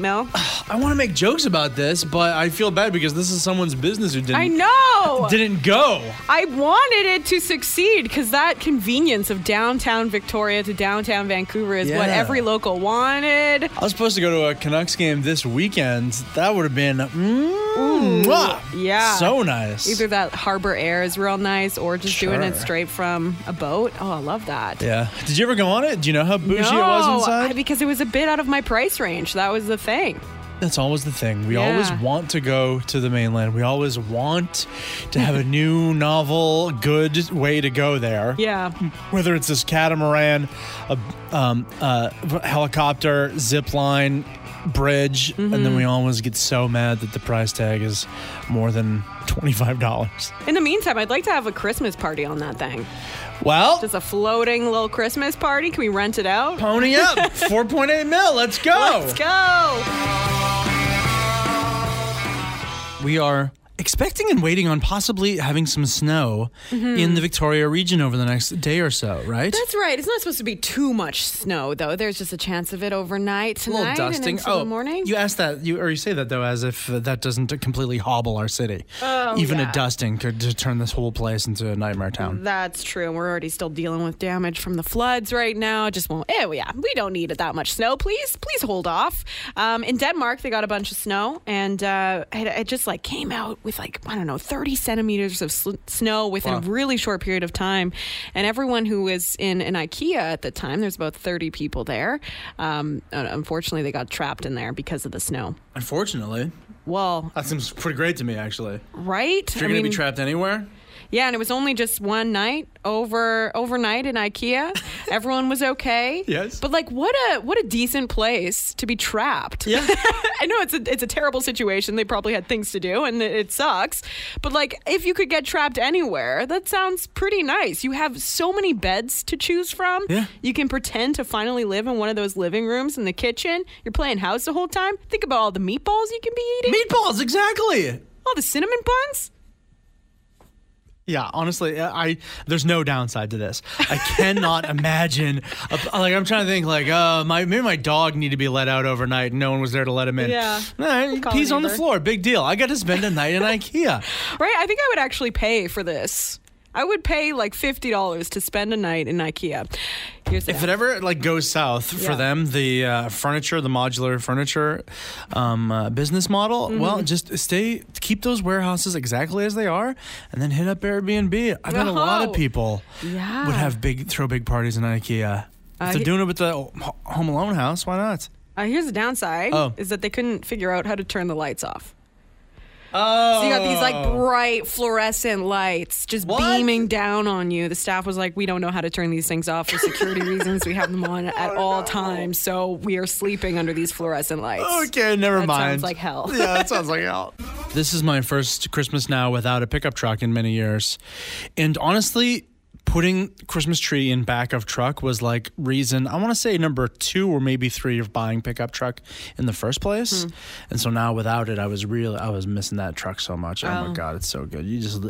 Speaker 1: (laughs)
Speaker 2: mil.
Speaker 1: I want to make jokes about this, but I feel bad because this is someone's business who didn't
Speaker 2: I know.
Speaker 1: didn't go.
Speaker 2: I wanted it to succeed because that convenience of downtown Victoria to downtown Vancouver is what
Speaker 1: Yeah.
Speaker 2: every local wanted.
Speaker 1: I was supposed to go to a Canucks game this weekend. That would have been mm, mwah,
Speaker 2: yeah.
Speaker 1: so nice.
Speaker 2: Either that harbor air is real nice or just doing it
Speaker 1: Sure.
Speaker 2: straight from a boat. Oh, I love that.
Speaker 1: yeah. Did you ever go on it? Do you know how bougie
Speaker 2: No,
Speaker 1: it was
Speaker 2: I-
Speaker 1: inside?
Speaker 2: because it was a bit out of my price range. That was the thing.
Speaker 1: That's always the thing. We always
Speaker 2: Yeah.
Speaker 1: want to go to the mainland. We always want to
Speaker 2: (laughs)
Speaker 1: have a new, novel, good way to go there.
Speaker 2: Yeah.
Speaker 1: Whether it's this catamaran, a um, uh, helicopter, zip line, bridge, and then we
Speaker 2: Mm-hmm.
Speaker 1: always get so mad that the price tag is more than twenty-five dollars.
Speaker 2: In the meantime, I'd like to have a Christmas party on that thing.
Speaker 1: Well,
Speaker 2: Just a floating little Christmas party. Can we rent it out?
Speaker 1: pony
Speaker 2: (laughs)
Speaker 1: up, four point eight mil. Let's go.
Speaker 2: Let's go.
Speaker 1: We are expecting and waiting on possibly having some snow
Speaker 2: Mm-hmm.
Speaker 1: in the Victoria region over the next day or so, right?
Speaker 2: That's right. It's not supposed to be too much snow, though. There's just a chance of it overnight
Speaker 1: a
Speaker 2: tonight
Speaker 1: little dusting.
Speaker 2: and into the morning.
Speaker 1: oh, you asked that, you or you say that though, as if that doesn't completely hobble our city.
Speaker 2: Oh,
Speaker 1: Even a dusting could just turn this whole place into a nightmare town.
Speaker 2: That's true. We're already still dealing with damage from the floods right now. Just won't. Oh yeah, we don't need it that much snow. Please, please hold off. Um, in Denmark, they got a bunch of snow, and uh, it, it just like came out with like I don't know, 30 centimeters of sl- snow within
Speaker 1: Wow.
Speaker 2: a really short period of time. And everyone who was in an IKEA at the time, there's about 30 people there. Um, un- unfortunately, they got trapped in there because of the snow.
Speaker 1: Unfortunately,
Speaker 2: Well,
Speaker 1: that seems pretty great to me, actually.
Speaker 2: right?
Speaker 1: If you're
Speaker 2: I
Speaker 1: going to
Speaker 2: mean-
Speaker 1: be trapped anywhere,
Speaker 2: Yeah, and it was only just one night over overnight in
Speaker 1: (laughs)
Speaker 2: IKEA. Everyone was okay.
Speaker 1: Yes.
Speaker 2: But like what a what a decent place to be trapped. Yeah. (laughs) I know it's a it's a terrible situation. They probably had things to do and it, it sucks. But like if you could get trapped anywhere, that sounds pretty nice. You have so many beds to choose from.
Speaker 1: Yeah.
Speaker 2: You can pretend to finally live in one of those living rooms in the kitchen. You're playing house the whole time. Think about all the meatballs you can be eating.
Speaker 1: (laughs) meatballs, exactly.
Speaker 2: all the cinnamon buns.
Speaker 1: Yeah, honestly, I I- there's no downside to this.
Speaker 2: (laughs)
Speaker 1: I cannot imagine. A, like I'm trying to think, like uh, my maybe my dog need to be let out overnight, and no one was there to let him in.
Speaker 2: Yeah.
Speaker 1: Nah, he
Speaker 2: Call
Speaker 1: pees
Speaker 2: an
Speaker 1: on the
Speaker 2: Uber.
Speaker 1: floor, big deal. I got to spend a night
Speaker 2: (laughs)
Speaker 1: in IKEA.
Speaker 2: Right? I think I would actually pay for this. I would pay like fifty dollars to spend a night in IKEA. Here's the
Speaker 1: If it ever like goes south for
Speaker 2: Yeah.
Speaker 1: them, the uh, furniture, the modular furniture um, uh, business model.
Speaker 2: Mm-hmm.
Speaker 1: Well, just stay, keep those warehouses exactly as they are, and then hit up Airbnb. I bet a lot
Speaker 2: Oh.
Speaker 1: of people
Speaker 2: Yeah.
Speaker 1: would have big throw big parties in IKEA. If
Speaker 2: I-
Speaker 1: they're doing it with the Ho- Home Alone house, why not?
Speaker 2: uh, here's the downside
Speaker 1: Oh.
Speaker 2: is that they couldn't figure out how to turn the lights off.
Speaker 1: Oh,
Speaker 2: So you got these like bright fluorescent lights just
Speaker 1: What?
Speaker 2: beaming down on you. The staff was like, "We don't know how to turn these things off for
Speaker 1: (laughs)
Speaker 2: security reasons. We have them on
Speaker 1: Oh,
Speaker 2: at all times, so we are sleeping under these fluorescent lights."
Speaker 1: Okay, never
Speaker 2: That
Speaker 1: mind.
Speaker 2: sounds like hell.
Speaker 1: (laughs) Yeah, that sounds like hell. This is my first Christmas now without a pickup truck in many years. And honestly, putting Christmas tree in back of truck was like reason I want to say number 2 or maybe 3 of buying pickup truck in the first place.
Speaker 2: Hmm.
Speaker 1: And so now without it I was really I was missing that truck so much. Oh, my god, it's so good. You just you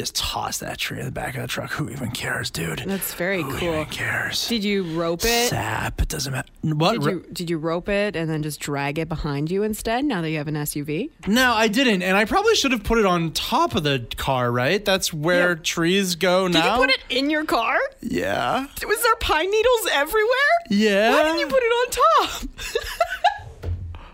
Speaker 1: just toss that tree in the back of the truck. Who even cares, dude?
Speaker 2: That's very
Speaker 1: Who
Speaker 2: cool.
Speaker 1: even cares?
Speaker 2: Did you rope it?
Speaker 1: Sap. It doesn't matter. What?
Speaker 2: Did you did you rope it and then just drag it behind you instead? Now that you have an SUV,
Speaker 1: No, I didn't, and I probably should have put it on top of the car. Right? That's where trees go
Speaker 2: did
Speaker 1: now.
Speaker 2: you put it in your car?
Speaker 1: Yeah.
Speaker 2: Was there pine needles everywhere?
Speaker 1: Yeah.
Speaker 2: Why didn't you put it
Speaker 1: (laughs)
Speaker 2: on top?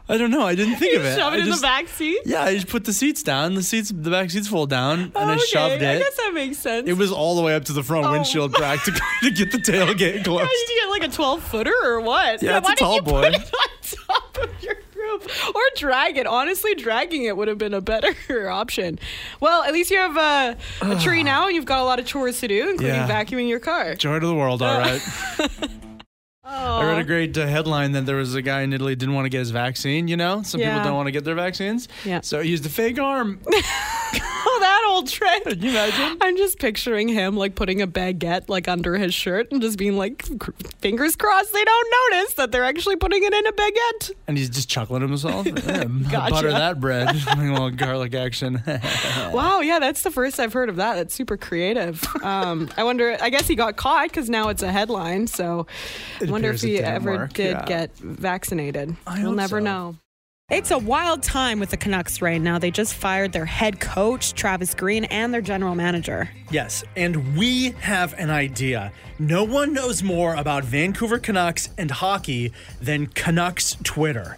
Speaker 1: I don't know. I didn't
Speaker 2: (laughs)
Speaker 1: think of it.
Speaker 2: Shove
Speaker 1: I
Speaker 2: it in
Speaker 1: just-
Speaker 2: the back seat.
Speaker 1: Yeah, I just put the seats down. The seats, the back seats fold down, and I
Speaker 2: okay,
Speaker 1: shoved
Speaker 2: I
Speaker 1: it.
Speaker 2: guess that makes sense.
Speaker 1: It was all the way up to the front windshield crack to, to get the
Speaker 2: (laughs)
Speaker 1: tailgate closed.
Speaker 2: Did you get like a twelve footer or what?
Speaker 1: Yeah, it's a
Speaker 2: why did
Speaker 1: tall
Speaker 2: you
Speaker 1: boy.
Speaker 2: Put it on top of your roof or drag it. Honestly, dragging it would have been a better (laughs) option. Well, at least you have uh,
Speaker 1: (sighs)
Speaker 2: a tree now, and you've got a lot of chores to do, including
Speaker 1: Yeah.
Speaker 2: vacuuming your car. (laughs)
Speaker 1: Joy to the world. All right. I read a great uh, headline that there was a guy in Italy didn't want to get his vaccine. You know, some
Speaker 2: Yeah.
Speaker 1: people don't want to get their vaccines.
Speaker 2: Yeah.
Speaker 1: So he used a fake arm.
Speaker 2: Oh, that old trend.
Speaker 1: Can you imagine?
Speaker 2: I'm just picturing him like putting a baguette like under his shirt and just being like, cr- fingers crossed they don't notice that they're actually putting it in a baguette.
Speaker 1: And he's just chuckling
Speaker 5: (laughs)
Speaker 1: at himself. Yeah,
Speaker 2: Gotcha.
Speaker 1: Butter that bread. (laughs) a little garlic action. (laughs)
Speaker 2: Wow, yeah, that's the first I've heard of that. That's super creative. Um, I wonder. I guess he got caught because now it's a headline. So, I wonder if
Speaker 1: appears it
Speaker 2: he
Speaker 1: didn't
Speaker 2: ever
Speaker 1: work,
Speaker 2: did
Speaker 1: yeah.
Speaker 2: get vaccinated.
Speaker 1: I
Speaker 2: we'll
Speaker 1: hope
Speaker 2: never
Speaker 1: so.
Speaker 2: know.
Speaker 7: It's a wild time with the Canucks right now. They just fired their head coach, Travis Green, and their general manager.
Speaker 5: Yes, and we have an idea. No one knows more about Vancouver Canucks and hockey than Canucks Twitter.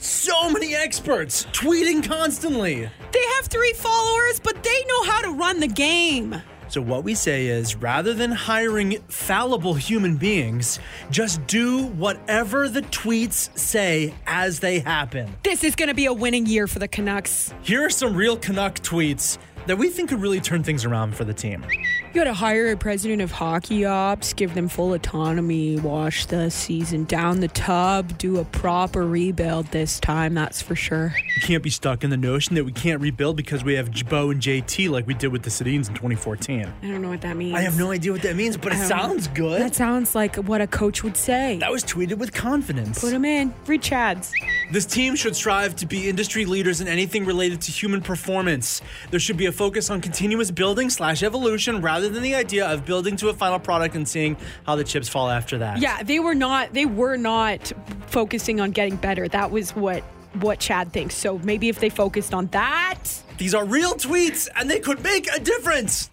Speaker 5: So many experts tweeting constantly.
Speaker 7: They have three followers, but they know how to run the game.
Speaker 5: So, what we say is rather than hiring fallible human beings, just do whatever the tweets say as they happen.
Speaker 7: This is going to be a winning year for the Canucks.
Speaker 5: Here are some real Canuck tweets that we think could really turn things around for the team.
Speaker 4: You gotta hire a president of hockey ops, give them full autonomy, wash the season down the tub, do a proper rebuild this time, that's for sure.
Speaker 5: We can't be stuck in the notion that we can't rebuild because we have Jabo and JT like we did with the Sedines in 2014.
Speaker 4: I don't know what that means.
Speaker 5: I have no idea what that means, but it sounds good.
Speaker 4: That sounds like what a coach would say.
Speaker 5: That was tweeted with confidence.
Speaker 4: Put him in. Read Chad's.
Speaker 5: This team should strive to be industry leaders in anything related to human performance. There should be a focus on continuous building slash evolution rather than the idea of building to a final product and seeing how the chips fall after that.
Speaker 2: Yeah, they were not. They were not focusing on getting better. That was what what Chad thinks. So maybe if they focused on that,
Speaker 5: These are real tweets and they could make a difference.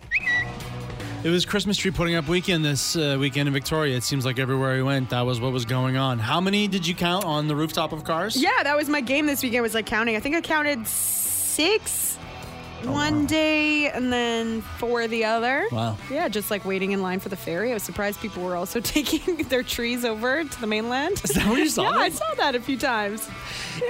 Speaker 1: It was Christmas tree putting up weekend this uh, weekend in Victoria. It seems like everywhere we went, that was what was going on. How many did you count on the rooftop of cars?
Speaker 2: yeah, that was my game this weekend. Was like counting. I think I counted six one day and then four the other.
Speaker 1: Oh, Wow.
Speaker 2: Yeah, just like waiting in line for the ferry. I was surprised people were also (laughs) taking their trees over to the mainland. Is
Speaker 1: that what you saw
Speaker 2: yeah, (laughs) I
Speaker 1: that?
Speaker 2: saw that a few times.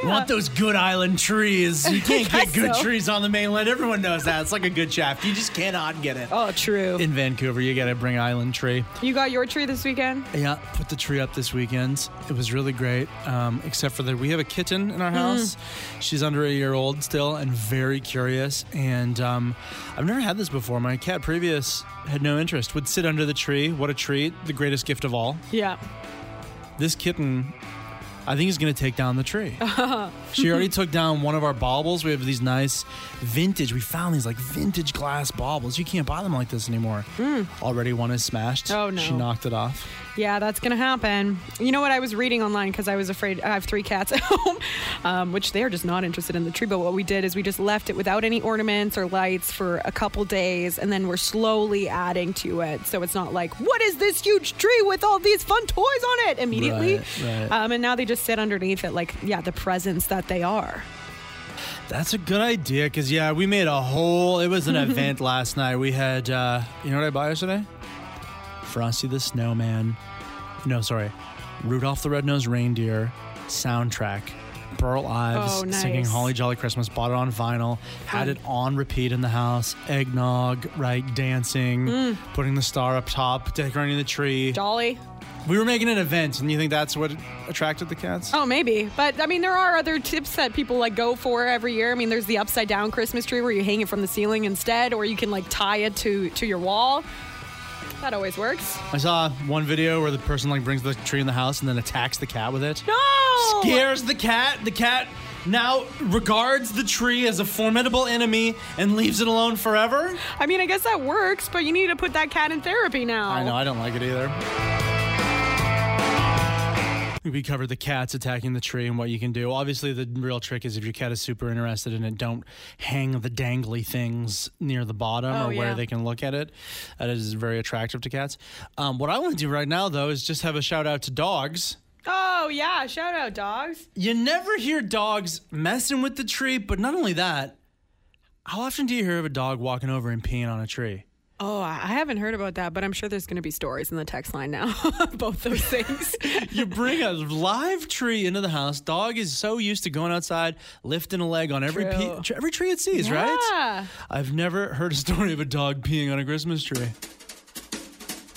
Speaker 1: Want those good island trees.
Speaker 2: (laughs)
Speaker 1: You can't
Speaker 2: I
Speaker 1: get good
Speaker 2: so.
Speaker 1: trees on the mainland. Everyone knows that. It's like a good shaft. You just cannot get it.
Speaker 2: Oh, true.
Speaker 1: In Vancouver, you got to bring island tree.
Speaker 2: you got your tree this weekend?
Speaker 1: Yeah, put the tree up this weekend. It was really great, um, except for that we have a kitten in our
Speaker 2: Hmm.
Speaker 1: house. She's under a year old still and very curious. And um, I've never had this before. My cat previous had no interest, would sit under the tree. What a treat, the greatest gift of all.
Speaker 2: Yeah.
Speaker 1: This kitten, I think, is going to take down the
Speaker 2: (laughs)
Speaker 1: tree. she already took down one of our baubles. We have these nice vintage, we found these like vintage glass baubles. You can't buy them like this anymore. Already one is smashed.
Speaker 2: Hmm. Oh, no.
Speaker 1: She knocked it off.
Speaker 2: Yeah, that's gonna happen. You know what? I was reading online because I was afraid I have three cats (laughs) at home, um, which they are just not interested in the tree. But what we did is we just left it without any ornaments or lights for a couple days, and then we're slowly adding to it. So it's not like, what is this huge tree with all these fun toys on it immediately?
Speaker 1: Right, right.
Speaker 2: Um, and now they just sit underneath it, like yeah, the presents that they are.
Speaker 1: That's a good idea because, yeah, we made a whole, it
Speaker 2: (laughs)
Speaker 1: was an event last night. We had, uh, you know what I bought yesterday? Frosty the Snowman. No, sorry. Rudolph the Red-Nosed Reindeer soundtrack. Burl Ives
Speaker 2: Oh,
Speaker 1: singing
Speaker 2: nice.
Speaker 1: Holly Jolly Christmas, bought it on vinyl, had it on repeat in the house, eggnog, right, dancing,
Speaker 2: Mm.
Speaker 1: putting the star up top, decorating the tree.
Speaker 2: Dolly.
Speaker 1: We were making an event, and you think that's what attracted the cats?
Speaker 2: Oh, maybe. But I mean, there are other tips that people like go for every year. I mean, there's the upside down Christmas tree where you hang it from the ceiling instead, or you can like tie it to to your wall. That always works.
Speaker 1: I saw one video where the person like brings the tree in the house and then attacks the cat with it.
Speaker 2: No.
Speaker 1: Scares the cat. The cat now regards the tree as a formidable enemy and leaves it alone forever.
Speaker 2: I mean, I guess that works, but you need to put that cat in therapy now.
Speaker 1: I know, I don't like it either. We covered the cats attacking the tree and what you can do. Obviously, the real trick is if your cat is super interested in it, don't hang the dangly things near the bottom
Speaker 2: Oh,
Speaker 1: or where
Speaker 2: yeah.
Speaker 1: they can look at it. That is very attractive to cats. Um, what I want to do right now, though, is just have a shout out to dogs.
Speaker 2: Oh yeah, shout out dogs.
Speaker 1: You never hear dogs messing with the tree, but not only that, how often do you hear of a dog walking over and peeing on a tree?
Speaker 2: Oh, I I haven't heard about that, but I'm sure there's going to be stories in the text line now. (laughs) Both those things.
Speaker 1: You bring a live tree into the house. Dog is so used to going outside, lifting a leg on every
Speaker 2: True.
Speaker 1: pe- tr- every tree it sees, right?
Speaker 2: Yeah.
Speaker 1: I've never heard a story of a dog peeing on a Christmas tree.
Speaker 2: (laughs)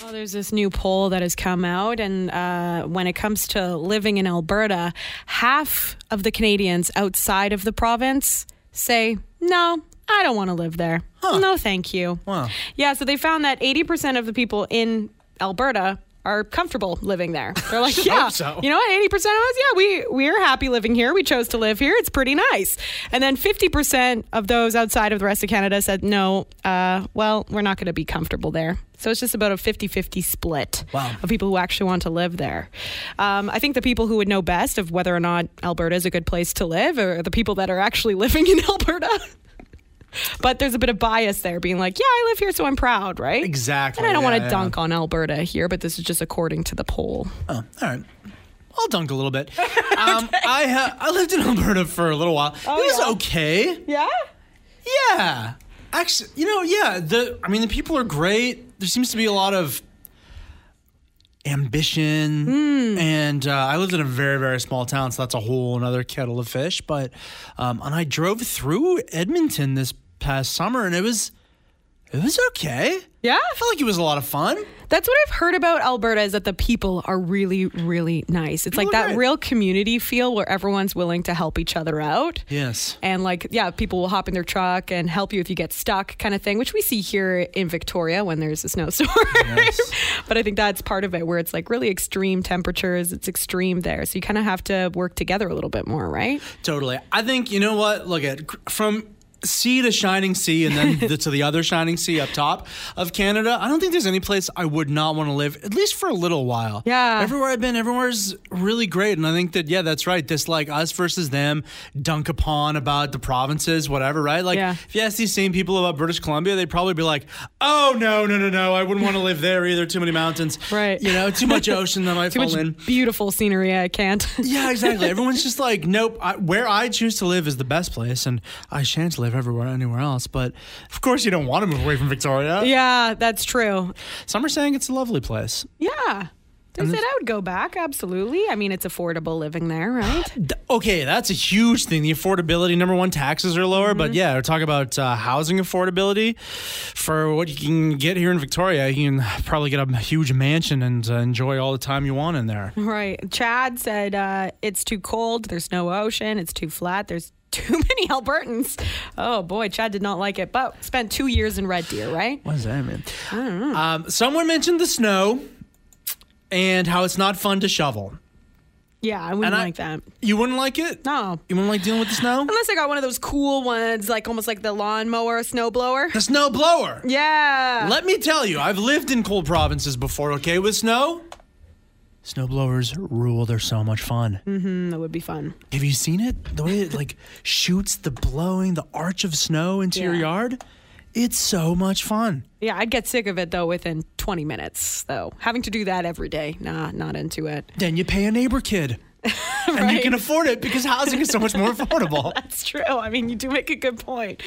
Speaker 2: Well, there's this new poll that has come out, and uh, when it comes to living in Alberta, half of the Canadians outside of the province say, No, I don't want to live there. No, thank you.
Speaker 1: Wow.
Speaker 2: Yeah, so they found that 80% of the people in Alberta are comfortable living there.
Speaker 1: (laughs)
Speaker 2: They're like, yeah,
Speaker 1: so.
Speaker 2: you know what? 80% of us, yeah, we we're happy living here. We chose to live here. It's pretty nice. And then 50% of those outside of the rest of Canada said, no, uh, well, we're not going to be comfortable there. So it's just about a 50-50 split
Speaker 1: Wow.
Speaker 2: of people who actually want to live there. Um, I think the people who would know best of whether or not Alberta is a good place to live are the people that are actually (laughs) living in Alberta. but there's a bit of bias there, being like, yeah, I live here, so I'm proud, right?
Speaker 1: Exactly,
Speaker 2: And I don't
Speaker 1: yeah,
Speaker 2: want
Speaker 1: yeah.
Speaker 2: to dunk on Alberta here, but this is just according to the poll.
Speaker 1: Oh, all right. I'll dunk a little
Speaker 2: (laughs)
Speaker 1: bit. Um, I ha- I lived in Alberta for a little while. it was
Speaker 2: Oh, yeah.
Speaker 1: okay.
Speaker 2: Yeah.
Speaker 1: Yeah. Actually, you know, yeah, the I mean the people are great. There seems to be a lot of ambition and uh, I lived in a very very small town, so that's a whole another kettle of fish, but um, and I drove through Edmonton this past summer and it was It was okay.
Speaker 2: Yeah?
Speaker 1: I felt like it was a lot of fun.
Speaker 2: That's what I've heard about Alberta is that the people are really, really nice. It's like
Speaker 1: People are
Speaker 2: that
Speaker 1: great.
Speaker 2: real community feel where everyone's willing to help each other out.
Speaker 1: Yes.
Speaker 2: And like, yeah, people will hop in their truck and help you if you get stuck, kind of thing, which we see here in Victoria when there's a snowstorm. (laughs) but I think that's part of it where it's like really extreme temperatures. It's extreme there. So you kind of have to work together a little bit more, right?
Speaker 1: Totally. I think you know what. Look at from sea to shining sea, and then
Speaker 2: (laughs)
Speaker 1: the, to the other shining sea up top of Canada. I don't think there's any place I would not want to live, at least for a little while.
Speaker 2: Yeah.
Speaker 1: Everywhere I've been, everywhere's really great, and I think that yeah, that's right. This like us versus them, dunk upon about the provinces, whatever. Right. Like
Speaker 2: Yeah.
Speaker 1: if you ask these same people about British Columbia, they'd probably be like, "Oh no, no, no, no! I wouldn't want to live there either. Too many mountains.
Speaker 2: Right.
Speaker 1: You know, too
Speaker 2: (laughs)
Speaker 1: much ocean that I might
Speaker 2: Too
Speaker 1: fall
Speaker 2: much
Speaker 1: in.
Speaker 2: beautiful scenery. I can't. (laughs)
Speaker 1: Yeah, exactly. Everyone's just like, nope. I, where I choose to live is the best place, and I shan't live everywhere anywhere else. But of course, you don't want to move away from Victoria.
Speaker 2: yeah, that's true.
Speaker 1: Some are saying it's a lovely place.
Speaker 2: Yeah. They said I would go back, absolutely. I mean, it's affordable living there, right?
Speaker 1: D- Okay, that's a huge thing. The affordability. Number one, taxes are lower, but yeah, we're talking about uh, housing affordability. For what you can get here in Victoria, you can probably get a huge mansion and uh, enjoy all the time you want in
Speaker 2: Mm-hmm.
Speaker 1: there.
Speaker 2: (laughs) right. Chad said uh, it's too cold. There's no ocean. It's too flat. There's (laughs) too many Albertans. Oh boy, Chad did not like it, but spent two years in Red Deer, right?
Speaker 1: What does that mean? Um, someone mentioned the snow and how it's not fun to shovel.
Speaker 2: Yeah, I wouldn't
Speaker 1: I-
Speaker 2: like that.
Speaker 1: You wouldn't like it?
Speaker 2: No.
Speaker 1: You wouldn't like dealing with the snow?
Speaker 2: Unless I got one of those cool ones, like almost like the lawnmower snowblower.
Speaker 1: The snow blower.
Speaker 2: Yeah.
Speaker 1: Let me tell you, I've lived in cold provinces before, okay, with snow. Snow blowers rule. They're so much fun.
Speaker 2: Mm-hmm, that would be fun.
Speaker 1: Have you seen it? The
Speaker 2: (laughs)
Speaker 1: way it like shoots the blowing, the arch of snow into your
Speaker 2: Yeah.
Speaker 1: yard. It's so much fun.
Speaker 2: Yeah, I'd get sick of it though within 20 minutes, though. Having to do that every day. Nah, not into it.
Speaker 1: Then you pay a neighbor
Speaker 2: (laughs)
Speaker 1: kid. And you
Speaker 2: Right.
Speaker 1: can afford it because housing is so much
Speaker 2: (laughs)
Speaker 1: more affordable.
Speaker 2: That's true. I mean, you do make a good point.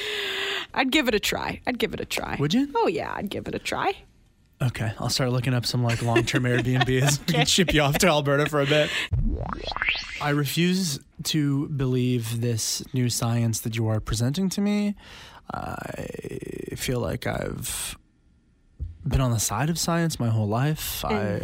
Speaker 2: I'd give it a try. I'd give it a try.
Speaker 1: Would you?
Speaker 2: Oh yeah, I'd give it a try.
Speaker 1: Okay, I'll start looking up some like
Speaker 2: (laughs)
Speaker 1: long-term Airbnbs. We can (laughs) ship you off to Alberta for a bit. I refuse to believe this new science that you are presenting to me. I feel like I've been on the side of science my whole life. I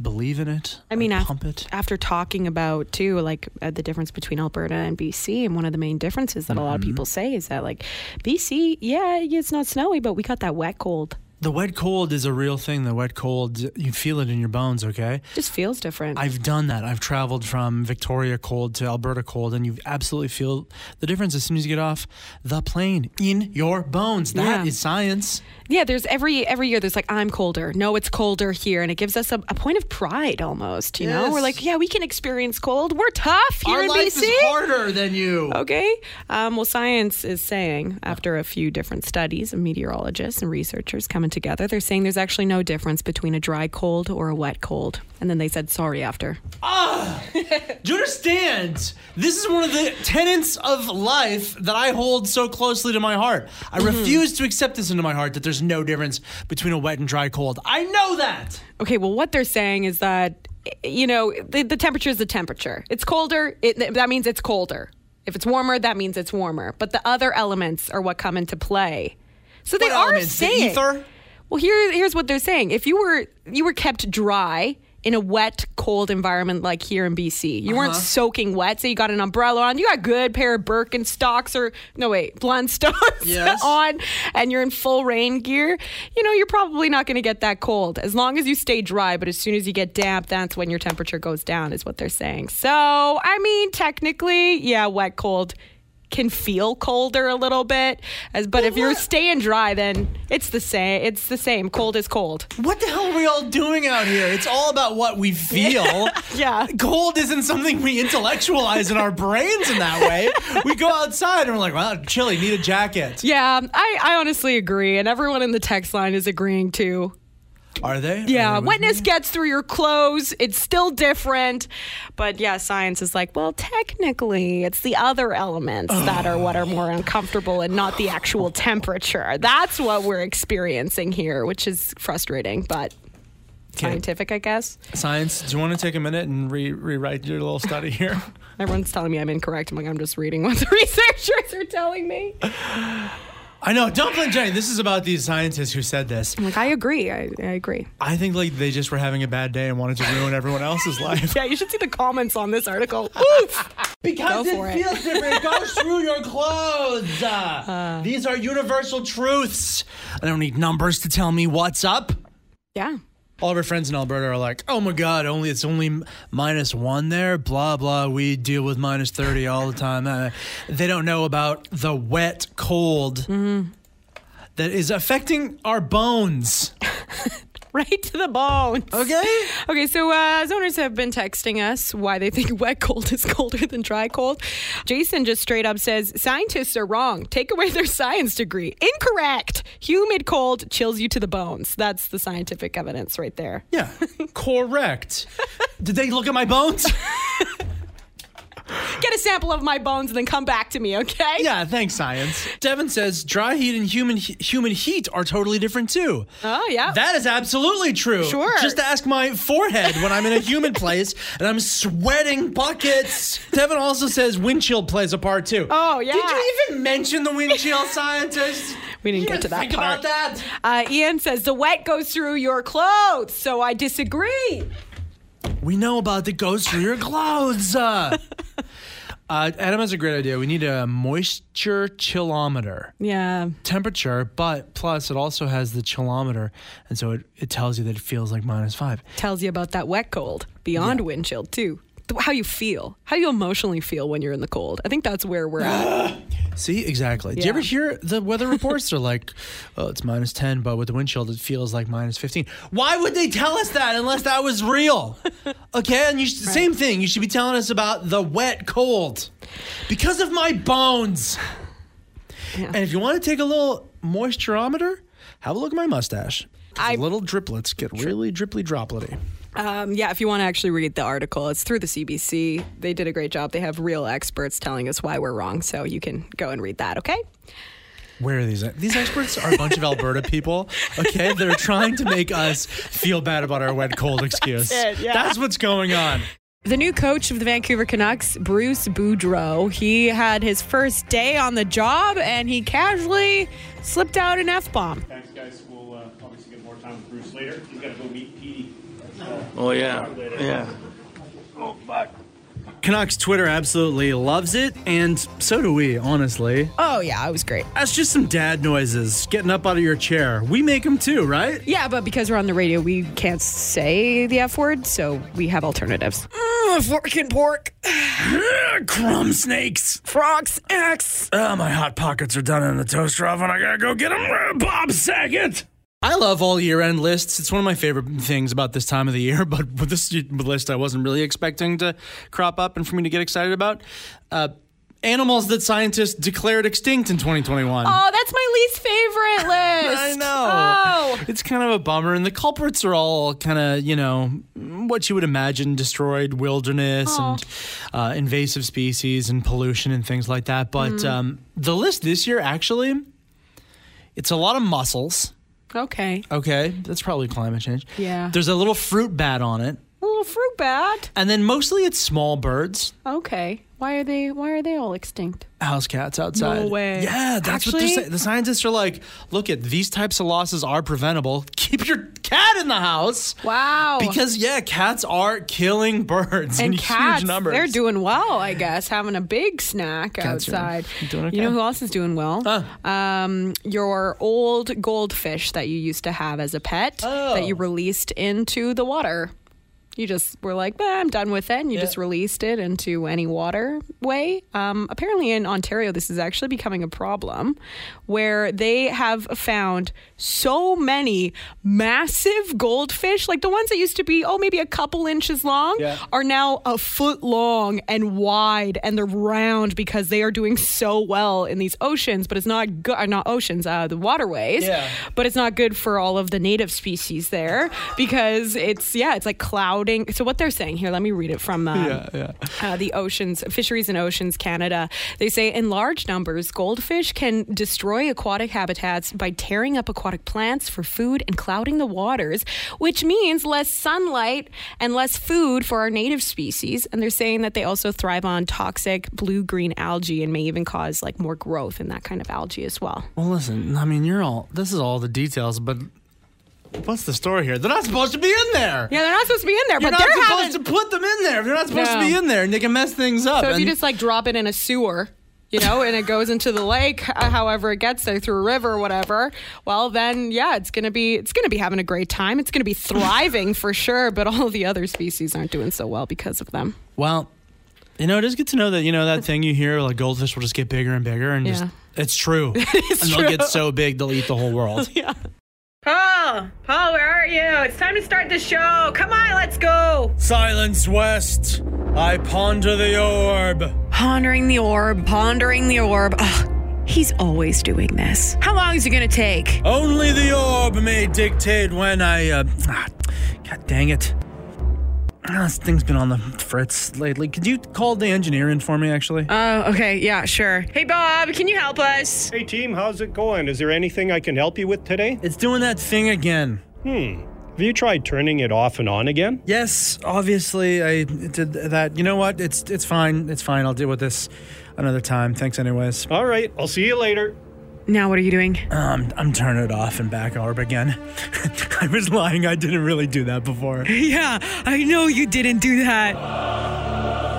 Speaker 1: believe in it.
Speaker 2: I mean, I've-
Speaker 1: pump it.
Speaker 2: After talking about too, like uh, the difference between Alberta and BC, and one of the main differences that a lot of people
Speaker 1: Mm-hmm.
Speaker 2: say is that like BC, yeah, it's not snowy, but we got that wet cold.
Speaker 1: The wet cold is a real thing. The wet cold, you feel it in your bones. Okay.
Speaker 2: Just feels different.
Speaker 1: I've done that. I've traveled from Victoria cold to Alberta cold, and you absolutely feel the difference as soon as you get off the plane in your bones. That is
Speaker 2: Yeah.
Speaker 1: science.
Speaker 2: yeah, there's every every year there's like I'm colder. No, it's colder here, and it gives us a, a point of pride almost. You know, we're
Speaker 1: Yes.
Speaker 2: like, yeah, we can experience cold. We're tough here
Speaker 1: Our
Speaker 2: in
Speaker 1: life
Speaker 2: BC.
Speaker 1: is harder than you.
Speaker 2: Okay. Um, well, science is saying, after a few different studies of meteorologists and researchers coming together, they're saying there's actually no difference between a dry cold or a wet cold. And then they said sorry after.
Speaker 1: Do you understand? This is one of the tenets of life that I hold so closely to my heart.
Speaker 2: Mm-hmm.
Speaker 1: I refuse to accept this into my heart that there's no difference between a wet and dry cold. I know that.
Speaker 2: Okay. Well, what they're saying is that, you know, the, the temperature is the temperature. It's colder. It, that means it's colder. If it's warmer, that means it's warmer. But the other elements are what come into play. So they
Speaker 1: What
Speaker 2: are
Speaker 1: elements? The
Speaker 2: saying.
Speaker 1: ether?
Speaker 2: Well, here, here's what they're saying. If you were you were kept dry in a wet, cold environment like here in BC, you weren't soaking wet, so you got an umbrella on, you got a good pair of Birkenstocks or no wait, (laughs) Blundstocks
Speaker 1: Yes.
Speaker 2: on, and you're in full rain gear. You know, you're probably not going to get that cold as long as you stay dry. But as soon as you get damp, that's when your temperature goes down, is what they're saying. So, I mean, technically, yeah, wet cold. Can feel colder a little bit, as but if you're staying dry, then it's the same. It's the same. Cold is cold.
Speaker 1: What the hell are we all doing out here? It's all about what
Speaker 2: (laughs)
Speaker 1: we feel.
Speaker 2: Yeah.
Speaker 1: Cold isn't something we intellectualize in our brains in that way. We go outside and we're like, wow, chilly, need a jacket.
Speaker 2: Yeah, I, I honestly agree, and everyone in the text line is agreeing too.
Speaker 1: Are they?
Speaker 2: Yeah,
Speaker 1: Are they with
Speaker 2: wetness
Speaker 1: me?
Speaker 2: gets through your clothes. It's still different. But yeah, science is like, well, technically, it's the other elements that are what are more uncomfortable and not the (sighs) actual temperature. That's what we're experiencing here, which is frustrating, but scientific, I guess.
Speaker 1: Science, do you want to take a minute and re- rewrite your little study here?
Speaker 2: (laughs) Everyone's telling me I'm incorrect. I'm like, I'm just reading what the researchers are telling me.
Speaker 1: (laughs) I know. Don't blame Jenny. This is about these scientists who said this.
Speaker 2: I'm like, I agree. I, I agree.
Speaker 1: I think like they just were having a bad day and wanted to ruin everyone else's life.
Speaker 2: Yeah, you should see the comments on this article. (laughs) Oof.
Speaker 1: Because
Speaker 2: Go for
Speaker 1: it
Speaker 2: it.
Speaker 1: feels different.
Speaker 2: (laughs)
Speaker 1: Go through your clothes.
Speaker 2: Uh.
Speaker 1: These are universal truths. I don't need numbers to tell me what's up.
Speaker 2: Yeah.
Speaker 1: All of our friends in Alberta are like, "Oh my God, only it's only m- minus one there." Blah blah. We deal with minus thirty all the time. Uh, they don't know about the wet cold
Speaker 2: Mm-hmm.
Speaker 1: that is affecting our
Speaker 2: (laughs)
Speaker 1: bones.
Speaker 2: Right to the bones.
Speaker 1: Okay.
Speaker 2: Okay, so uh, zoners have been texting us why they think (laughs) wet cold is colder than dry cold. Jason just straight up says scientists are wrong. Take away their science degree. Incorrect. Humid cold chills you to the bones. That's the scientific evidence right there.
Speaker 1: Yeah, correct. Did they look at my
Speaker 2: (laughs)
Speaker 1: bones?
Speaker 2: Get a sample of my bones and then come back to me, okay?
Speaker 1: yeah, thanks, science. Devin says dry heat and human he- human heat are totally different too.
Speaker 2: Oh yeah.
Speaker 1: That is absolutely true.
Speaker 2: Sure.
Speaker 1: Just ask my forehead when I'm in a humid place and I'm sweating buckets. Devin also says wind chill plays a part too.
Speaker 2: Oh, yeah.
Speaker 1: Did you even mention the wind
Speaker 2: (laughs)
Speaker 1: chill scientist?
Speaker 2: We didn't
Speaker 1: You
Speaker 2: get to that
Speaker 1: think
Speaker 2: part.
Speaker 1: about that.
Speaker 2: uh, Ian says the wet goes through your clothes, so I disagree.
Speaker 1: We know about the ghost through your
Speaker 2: (laughs)
Speaker 1: clothes. Uh, uh, Adam has a great idea. We need a moisture chillometer.
Speaker 2: Yeah.
Speaker 1: temperature, but plus it also has the chillometer, and so it, it tells you that it feels like minus five.
Speaker 2: tells you about that wet cold beyond wind chill too Th- how you feel how you emotionally feel when you're in the cold i think that's where we're at
Speaker 1: See, exactly. Do you ever
Speaker 2: Yeah.
Speaker 1: hear the
Speaker 2: (laughs)
Speaker 1: weather reports are like, oh, it's minus 10, but with the wind chill, it feels like minus 15? Why would they tell us that unless that was
Speaker 2: (laughs)
Speaker 1: real? Okay, and you should, same thing. You should be telling us about the wet cold because of my
Speaker 2: (sighs)
Speaker 1: bones. And if you want to take a little moisturometer, have a look at my mustache. 'Cause
Speaker 2: I-
Speaker 1: little driplets get really dripply droplety.
Speaker 2: um, yeah if you want to actually read the article it's through the cbc they did a great job they have real experts telling us why we're wrong so you can go and read that okay
Speaker 1: Where are these? These experts are a bunch of Alberta people. Okay, they're trying to make us feel bad about our wet cold excuse. That's, what's going on.
Speaker 7: The new coach of the Vancouver Canucks, Bruce Boudreau, he had his first day on the job and he casually slipped out an F bomb.
Speaker 8: Thanks, guys. We'll uh, obviously get more time with Bruce later. He's got to go meet Petey.
Speaker 9: Oh yeah, yeah. Oh fuck.
Speaker 5: Canucks Twitter absolutely loves it, and so do we, honestly.
Speaker 7: Oh, yeah, it was great.
Speaker 5: That's just some dad noises, getting up out of your chair. We make them too, right?
Speaker 7: Yeah, but because we're on the radio, we can't say the F word, so we have alternatives. fork and pork.
Speaker 5: (laughs) Crumb snakes.
Speaker 7: Frogs. X.
Speaker 5: Oh, my hot pockets are done in the toaster oven. I gotta go get them. (laughs) Bob Saget.
Speaker 1: I love all year end lists. It's one of my favorite things about this time of the year, (laughs) but with this list I wasn't really expecting to crop up and for me to get excited about. Uh, animals that scientists declared extinct in 2021.
Speaker 2: oh that's my least favorite
Speaker 7: (laughs)
Speaker 1: I
Speaker 2: list
Speaker 1: know.
Speaker 2: oh
Speaker 1: It's kind of a bummer. And the culprits are all kind of, you know, what you would imagine destroyed wilderness and uh, invasive species and pollution and things like that. But
Speaker 2: Mm.
Speaker 1: um, the list this year, actually, it's a lot of mussels.
Speaker 2: okay
Speaker 1: Okay. That's probably climate change.
Speaker 2: Yeah.
Speaker 1: There's a little fruit bat on it.
Speaker 2: a little fruit bat
Speaker 1: And then mostly it's small birds,
Speaker 2: okay why are they why are they all extinct
Speaker 1: house cats outside.
Speaker 2: way.
Speaker 1: Yeah, that's what they're
Speaker 2: Actually-
Speaker 1: saying. The scientists are like, look at these types of losses are preventable. (laughs) Keep your cat in the house.
Speaker 2: wow
Speaker 1: Because yeah, cats are killing birds
Speaker 2: and
Speaker 1: in (laughs)
Speaker 2: cats,
Speaker 1: huge numbers.
Speaker 2: they're doing well, I guess, having a big snack
Speaker 1: Cats are
Speaker 2: outside.
Speaker 1: doing okay.
Speaker 2: You know who else is doing well? Um, your old goldfish that you used to have as a pet
Speaker 1: Oh.
Speaker 2: that you released into the water. You just were like, "Nah, I'm done with it, and you just released it into any water way. Um, apparently, in Ontario, this is actually becoming a problem where they have found so many massive goldfish, like the ones that used to be, oh, maybe a couple inches long, are now a foot long and wide, and they're round because they are doing so well in these oceans, but it's not good, not oceans, uh, the waterways
Speaker 1: Yeah.
Speaker 2: but it's not good for all of the native species there because it's yeah, it's like cloud quoting. So what they're saying here, let me read it from um,
Speaker 1: Yeah, yeah.
Speaker 2: uh, the oceans, fisheries and oceans Canada. They say in large numbers, goldfish can destroy aquatic habitats by tearing up aquatic plants for food and clouding the waters, which means less sunlight and less food for our native species. And they're saying that they also thrive on toxic blue green algae and may even cause like more growth in that kind of algae as well.
Speaker 1: Well, listen, I mean, you're all, this is all the details, but what's the story here? They're not supposed to be in there.
Speaker 2: Yeah, they're not supposed to be in there,
Speaker 1: You're
Speaker 2: but
Speaker 1: not
Speaker 2: they're
Speaker 1: supposed
Speaker 2: having.
Speaker 1: to put them in there. They're not supposed to be
Speaker 2: No.
Speaker 1: in there, and they can mess things up.
Speaker 2: So if you
Speaker 1: and-
Speaker 2: just like drop it in a sewer, you know, and it goes into the lake, uh, however it gets there through a river or whatever, well then yeah, it's gonna be it's gonna be having a great time. It's gonna be thriving for sure, but all the other species aren't doing so well because of them.
Speaker 1: Well, you know, it is good to know that, you know, (laughs) that thing you hear, like goldfish will just get bigger and bigger and just,
Speaker 2: Yeah.
Speaker 1: (laughs) it's true. and they'll get so big, they'll eat the whole (laughs) world.
Speaker 4: Paul, Paul, where are you? It's time to start the show. Come on, let's go.
Speaker 5: Silence West. I ponder the orb.
Speaker 4: Pondering the orb, pondering the orb. Ugh, he's always doing this. How long is it gonna take?
Speaker 5: Only the orb may dictate when I. Uh, ah, God dang it. Ah, this thing's been on the fritz lately. Could you call the engineer in for me, actually?
Speaker 1: Uh.
Speaker 4: Oh, okay, yeah, sure. Hey, Bob, can you help us?
Speaker 8: Hey team, how's it going? Is there anything I can help you with today?
Speaker 5: it's doing that thing again.
Speaker 8: Have you tried turning it off and on again?
Speaker 5: Yes, obviously I did that. You know what? It's it's fine. It's fine. I'll deal with this another time. Thanks, anyways.
Speaker 8: All right, I'll see you later.
Speaker 4: Now, what are you doing?
Speaker 5: Um, I'm turning it off and back orb again. (laughs) I was lying. I didn't really do that before.
Speaker 4: Yeah, I know you didn't do that.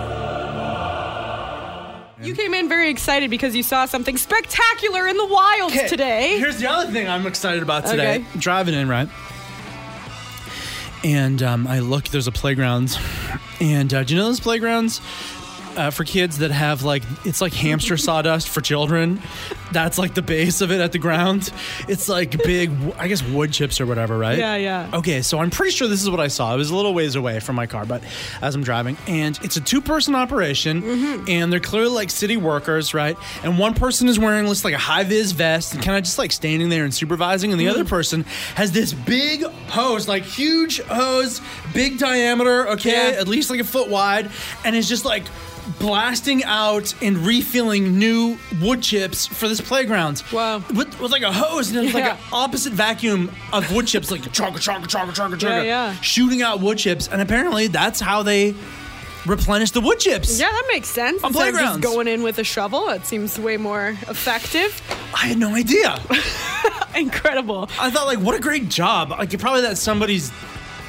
Speaker 2: You came in very excited because you saw something spectacular in the wilds today.
Speaker 1: Here's the other thing I'm excited about today.
Speaker 2: Okay.
Speaker 1: Driving in, right? And um, I look, there's a playground. And uh, do you know those playgrounds uh, for kids that have like, it's like hamster sawdust for children? That's like the base of it at the ground. It's like big, I guess, wood chips or whatever, right?
Speaker 2: Yeah, yeah.
Speaker 1: Okay, so I'm pretty sure this is what I saw. I was a little ways away from my car, but as I'm driving, and it's a two person operation,
Speaker 2: Mm-hmm.
Speaker 1: and they're clearly like city workers, right? And one person is wearing just like a high vis vest and kind of just like standing there and supervising, and the
Speaker 2: Mm-hmm.
Speaker 1: other person has this big hose, like huge hose, big diameter, okay, at least like a foot wide, and is just like blasting out and refilling new wood chips for this playground.
Speaker 2: Wow.
Speaker 1: With, with like a hose, and it's like
Speaker 2: Yeah.
Speaker 1: an opposite vacuum of wood chips, like chonka, chonka, chonka, chonka, chonka,
Speaker 2: Yeah, yeah.
Speaker 1: shooting out wood chips. And apparently that's how they replenish the wood chips.
Speaker 2: Yeah, that makes sense.
Speaker 1: On
Speaker 2: Instead of just
Speaker 1: playgrounds.
Speaker 2: going in with a shovel, it seems way more effective.
Speaker 1: I had no idea.
Speaker 2: Incredible.
Speaker 1: I thought, like, what a great job. Like, probably that's somebody's.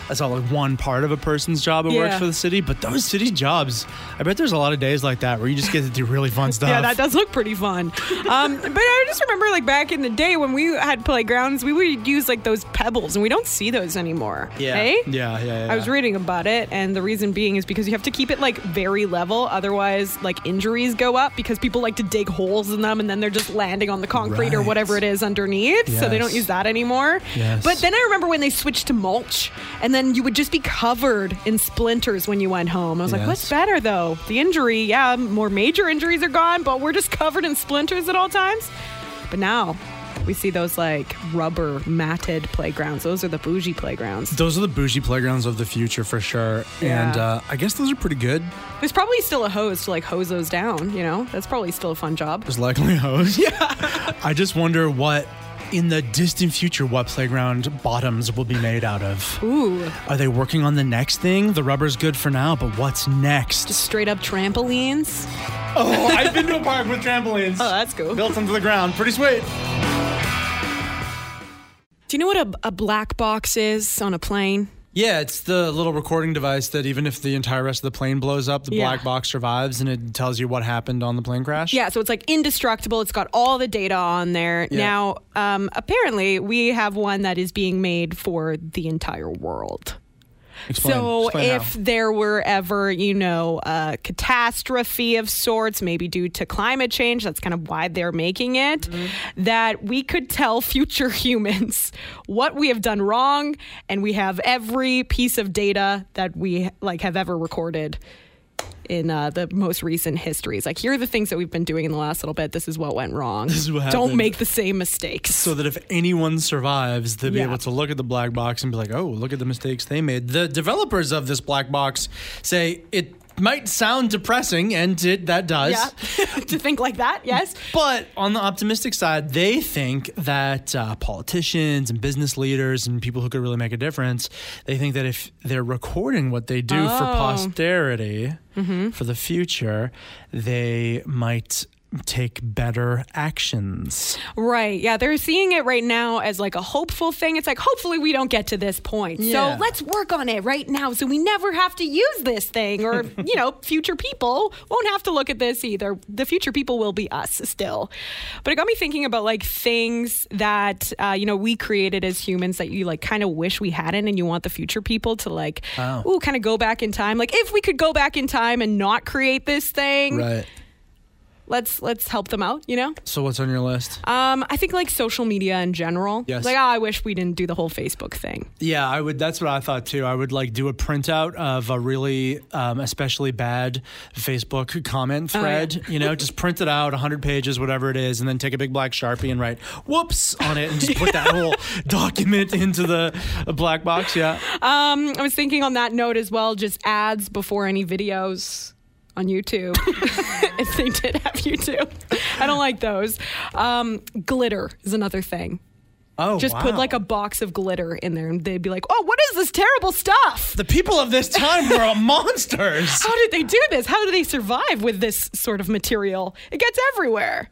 Speaker 1: That's all like one part of a person's job that works
Speaker 2: Yeah.
Speaker 1: for the city, but those city jobs, I bet there's a lot of days like that where you just get to do really fun stuff.
Speaker 2: (laughs) Yeah, that does look pretty fun.
Speaker 1: (laughs)
Speaker 2: Um, but I just remember, like back in the day when we had playgrounds, we would use like those pebbles, and we don't see those anymore.
Speaker 1: Yeah.
Speaker 2: eh?
Speaker 1: yeah, yeah, yeah.
Speaker 2: I was
Speaker 1: yeah.
Speaker 2: reading about it, and the reason being is because you have to keep it like very level, otherwise, like injuries go up because people like to dig holes in them and then they're just landing on the concrete or
Speaker 1: Right.
Speaker 2: whatever it is underneath. So they don't
Speaker 1: Yes.
Speaker 2: use that anymore.
Speaker 1: Yes.
Speaker 2: But then I remember when they switched to mulch, and then you would just be covered in splinters when you went home. I was like,
Speaker 1: Yes.
Speaker 2: what's better though? The injury, yeah, more major injuries are gone, but we're just covered in splinters at all times. But now, we see those like rubber matted playgrounds. Those are the bougie playgrounds.
Speaker 1: Those are the bougie playgrounds of the future for sure. And
Speaker 2: Yeah.
Speaker 1: uh, I guess those are pretty good.
Speaker 2: There's probably still a hose to like hose those down, you know? That's probably still a fun job.
Speaker 1: There's likely a
Speaker 2: (laughs)
Speaker 1: hose. Yeah. I just wonder what, in the distant future, what playground bottoms will be made out of.
Speaker 2: Ooh,
Speaker 1: Are they working on the next thing? The rubber's good for now, but what's next?
Speaker 2: straight up trampolines.
Speaker 1: Oh, I've been to a park with trampolines
Speaker 2: Oh, that's cool. Do
Speaker 1: built into the ground. Pretty sweet.
Speaker 2: you know what a, a black box is on a plane?
Speaker 1: Yeah, it's the little recording device that even if the entire rest of the plane blows up, the
Speaker 2: Yeah.
Speaker 1: black box survives and it tells you what happened on the plane crash.
Speaker 2: Yeah, so it's like indestructible. It's got all the data on there.
Speaker 1: Yeah.
Speaker 2: Now, um, apparently, we have one that is being made for the entire world.
Speaker 1: Explain.
Speaker 2: so
Speaker 1: Explain
Speaker 2: if
Speaker 1: how.
Speaker 2: there were ever you know a catastrophe of sorts maybe due to climate change that's kind of why they're making it
Speaker 1: Mm-hmm.
Speaker 2: that we could tell future (laughs) humans what we have done wrong and we have every piece of data that we like have ever recorded in uh, the most recent histories. Like, here are the things that we've been doing in the last little bit. This is what went wrong.
Speaker 1: This is what
Speaker 2: Don't
Speaker 1: happened.
Speaker 2: make the same mistakes.
Speaker 1: so that if anyone survives, they'll
Speaker 2: Yeah.
Speaker 1: be able to look at the black box and be like, "Oh, look at the mistakes they made." The developers of this black box say it might sound depressing, and it that does.
Speaker 2: yeah, (laughs) to think like that. Yes.
Speaker 1: But on the optimistic side, they think that uh, politicians and business leaders and people who could really make a difference, they think that if they're recording what they do for
Speaker 2: Oh.
Speaker 1: posterity,
Speaker 2: Mm-hmm.
Speaker 1: for the future, they might take better actions.
Speaker 2: Right. Yeah. They're seeing it right now as like a hopeful thing. It's like, hopefully, we don't get to this point.
Speaker 1: Yeah.
Speaker 2: So let's work on it right now so we never have to use this
Speaker 1: (laughs)
Speaker 2: thing or, you know, future people won't have to look at this either. The future people will be us still. But it got me thinking about like things that, uh, you know, we created as humans that you like kind of wish we hadn't and you want the future people to like,
Speaker 1: Oh.
Speaker 2: ooh, kind of go back in time. Like, if we could go back in time and not create this thing,
Speaker 1: Right.
Speaker 2: let's let's help them out, you know?
Speaker 1: So, what's on your list?
Speaker 2: Um, I think like social media in general.
Speaker 1: Yes.
Speaker 2: Like, oh, I wish we didn't do the whole Facebook thing.
Speaker 1: Yeah, I would. That's what I thought too. I would like do a printout of a really, um, especially bad Facebook
Speaker 2: Oh,
Speaker 1: comment thread. You know, just print it out, hundred pages, whatever it is, and then take a big black sharpie and write "whoops" on it, and just put that
Speaker 2: (laughs)
Speaker 1: whole document into the uh, black box. Yeah,
Speaker 2: Um, I was thinking on that note as well, just ads before any videos on YouTube. (laughs) if they did have YouTube, I don't like those. Um, glitter is another thing.
Speaker 1: Oh,
Speaker 2: Just put
Speaker 1: wow.
Speaker 2: like a box of glitter in there, and they'd be like, "Oh, what is this terrible stuff?
Speaker 1: The people of this time were monsters.
Speaker 2: How did they do this? How do they survive with this sort of material? It gets everywhere."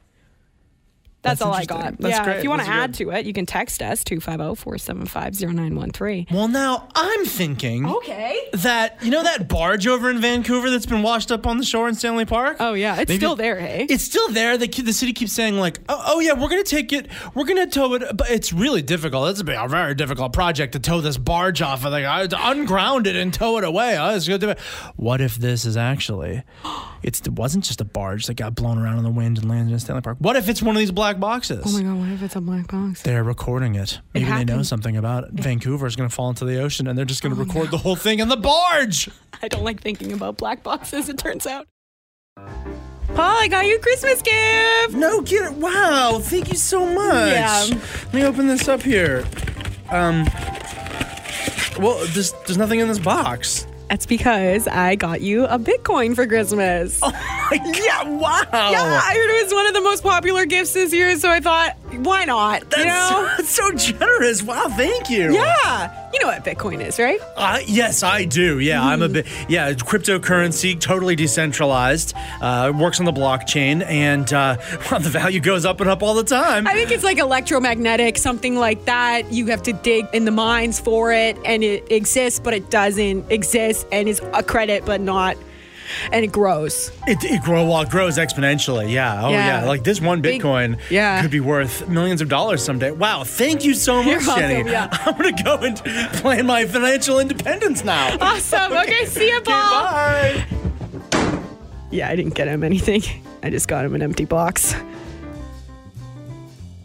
Speaker 2: That's,
Speaker 1: That's
Speaker 2: all I
Speaker 1: interesting.
Speaker 2: got.
Speaker 1: That's
Speaker 2: yeah,
Speaker 1: great.
Speaker 2: if you want to
Speaker 1: Those are
Speaker 2: add
Speaker 1: good.
Speaker 2: to it, you can text us oh, 250-475-0913.
Speaker 1: Well, now I'm thinking.
Speaker 2: Okay.
Speaker 1: That you know that barge over in Vancouver that's been washed up on the shore in Stanley Park.
Speaker 2: Oh yeah, it's
Speaker 1: Maybe-
Speaker 2: still there, hey.
Speaker 1: It's still there. The, ki- the city keeps saying like, oh, oh, yeah, we're gonna take it, we're gonna tow it, but it's really difficult. It's a, big, a very difficult project to tow this barge off. I think I had to unground it and tow it away. I was gonna do it. What if this is actually? (gasps) It's, it wasn't just a barge that got blown around in the wind and landed in Stanley Park. What if it's one of these black boxes?
Speaker 2: oh my god, what if it's a black box?
Speaker 1: They're recording it. Maybe they know
Speaker 2: happened. Oh
Speaker 1: something about it. Vancouver is going to fall into the ocean, and they're just going to record the whole thing in the barge.
Speaker 2: I don't like thinking about black boxes, it turns out.
Speaker 7: Paul, I got you a Christmas gift.
Speaker 5: No, get it. Wow, thank you so much.
Speaker 7: Yeah.
Speaker 5: Let me open this up here. Um. Well, there's, there's nothing in this
Speaker 7: (laughs)
Speaker 5: box.
Speaker 4: That's because I got you a Bitcoin for Christmas.
Speaker 5: yeah, wow.
Speaker 1: Oh.
Speaker 7: Yeah, I heard it was one of the most popular gifts this year, so I thought, why not?
Speaker 5: That's,
Speaker 7: you know?
Speaker 5: that's so generous. Wow, thank you.
Speaker 7: Yeah. You know what Bitcoin is, right?
Speaker 5: Uh, yes, I do. Yeah, I'm a bit. Yeah, it's cryptocurrency, totally decentralized. Uh, works on the blockchain, and uh, (laughs) well, the value goes up and up all the time.
Speaker 7: I think it's like electromagnetic, something like that. You have to dig in the mines for it, and it exists, but it doesn't exist, and is a credit, but not. And it
Speaker 4: (laughs)
Speaker 7: grows.
Speaker 5: It, it grow well, it grows exponentially. Yeah. Oh yeah.
Speaker 7: Yeah.
Speaker 5: Like this one
Speaker 7: Big-
Speaker 5: Bitcoin
Speaker 7: yeah.
Speaker 5: could be worth millions of dollars someday. Wow. Thank you so much,
Speaker 7: welcome,
Speaker 5: Jenny.
Speaker 7: yeah.
Speaker 5: (laughs) I'm gonna go and plan my financial independence
Speaker 7: (laughs)
Speaker 5: now.
Speaker 7: Awesome. Okay, see you, Paul.
Speaker 5: Bye.
Speaker 4: yeah, I didn't get him anything. I just got him an empty box.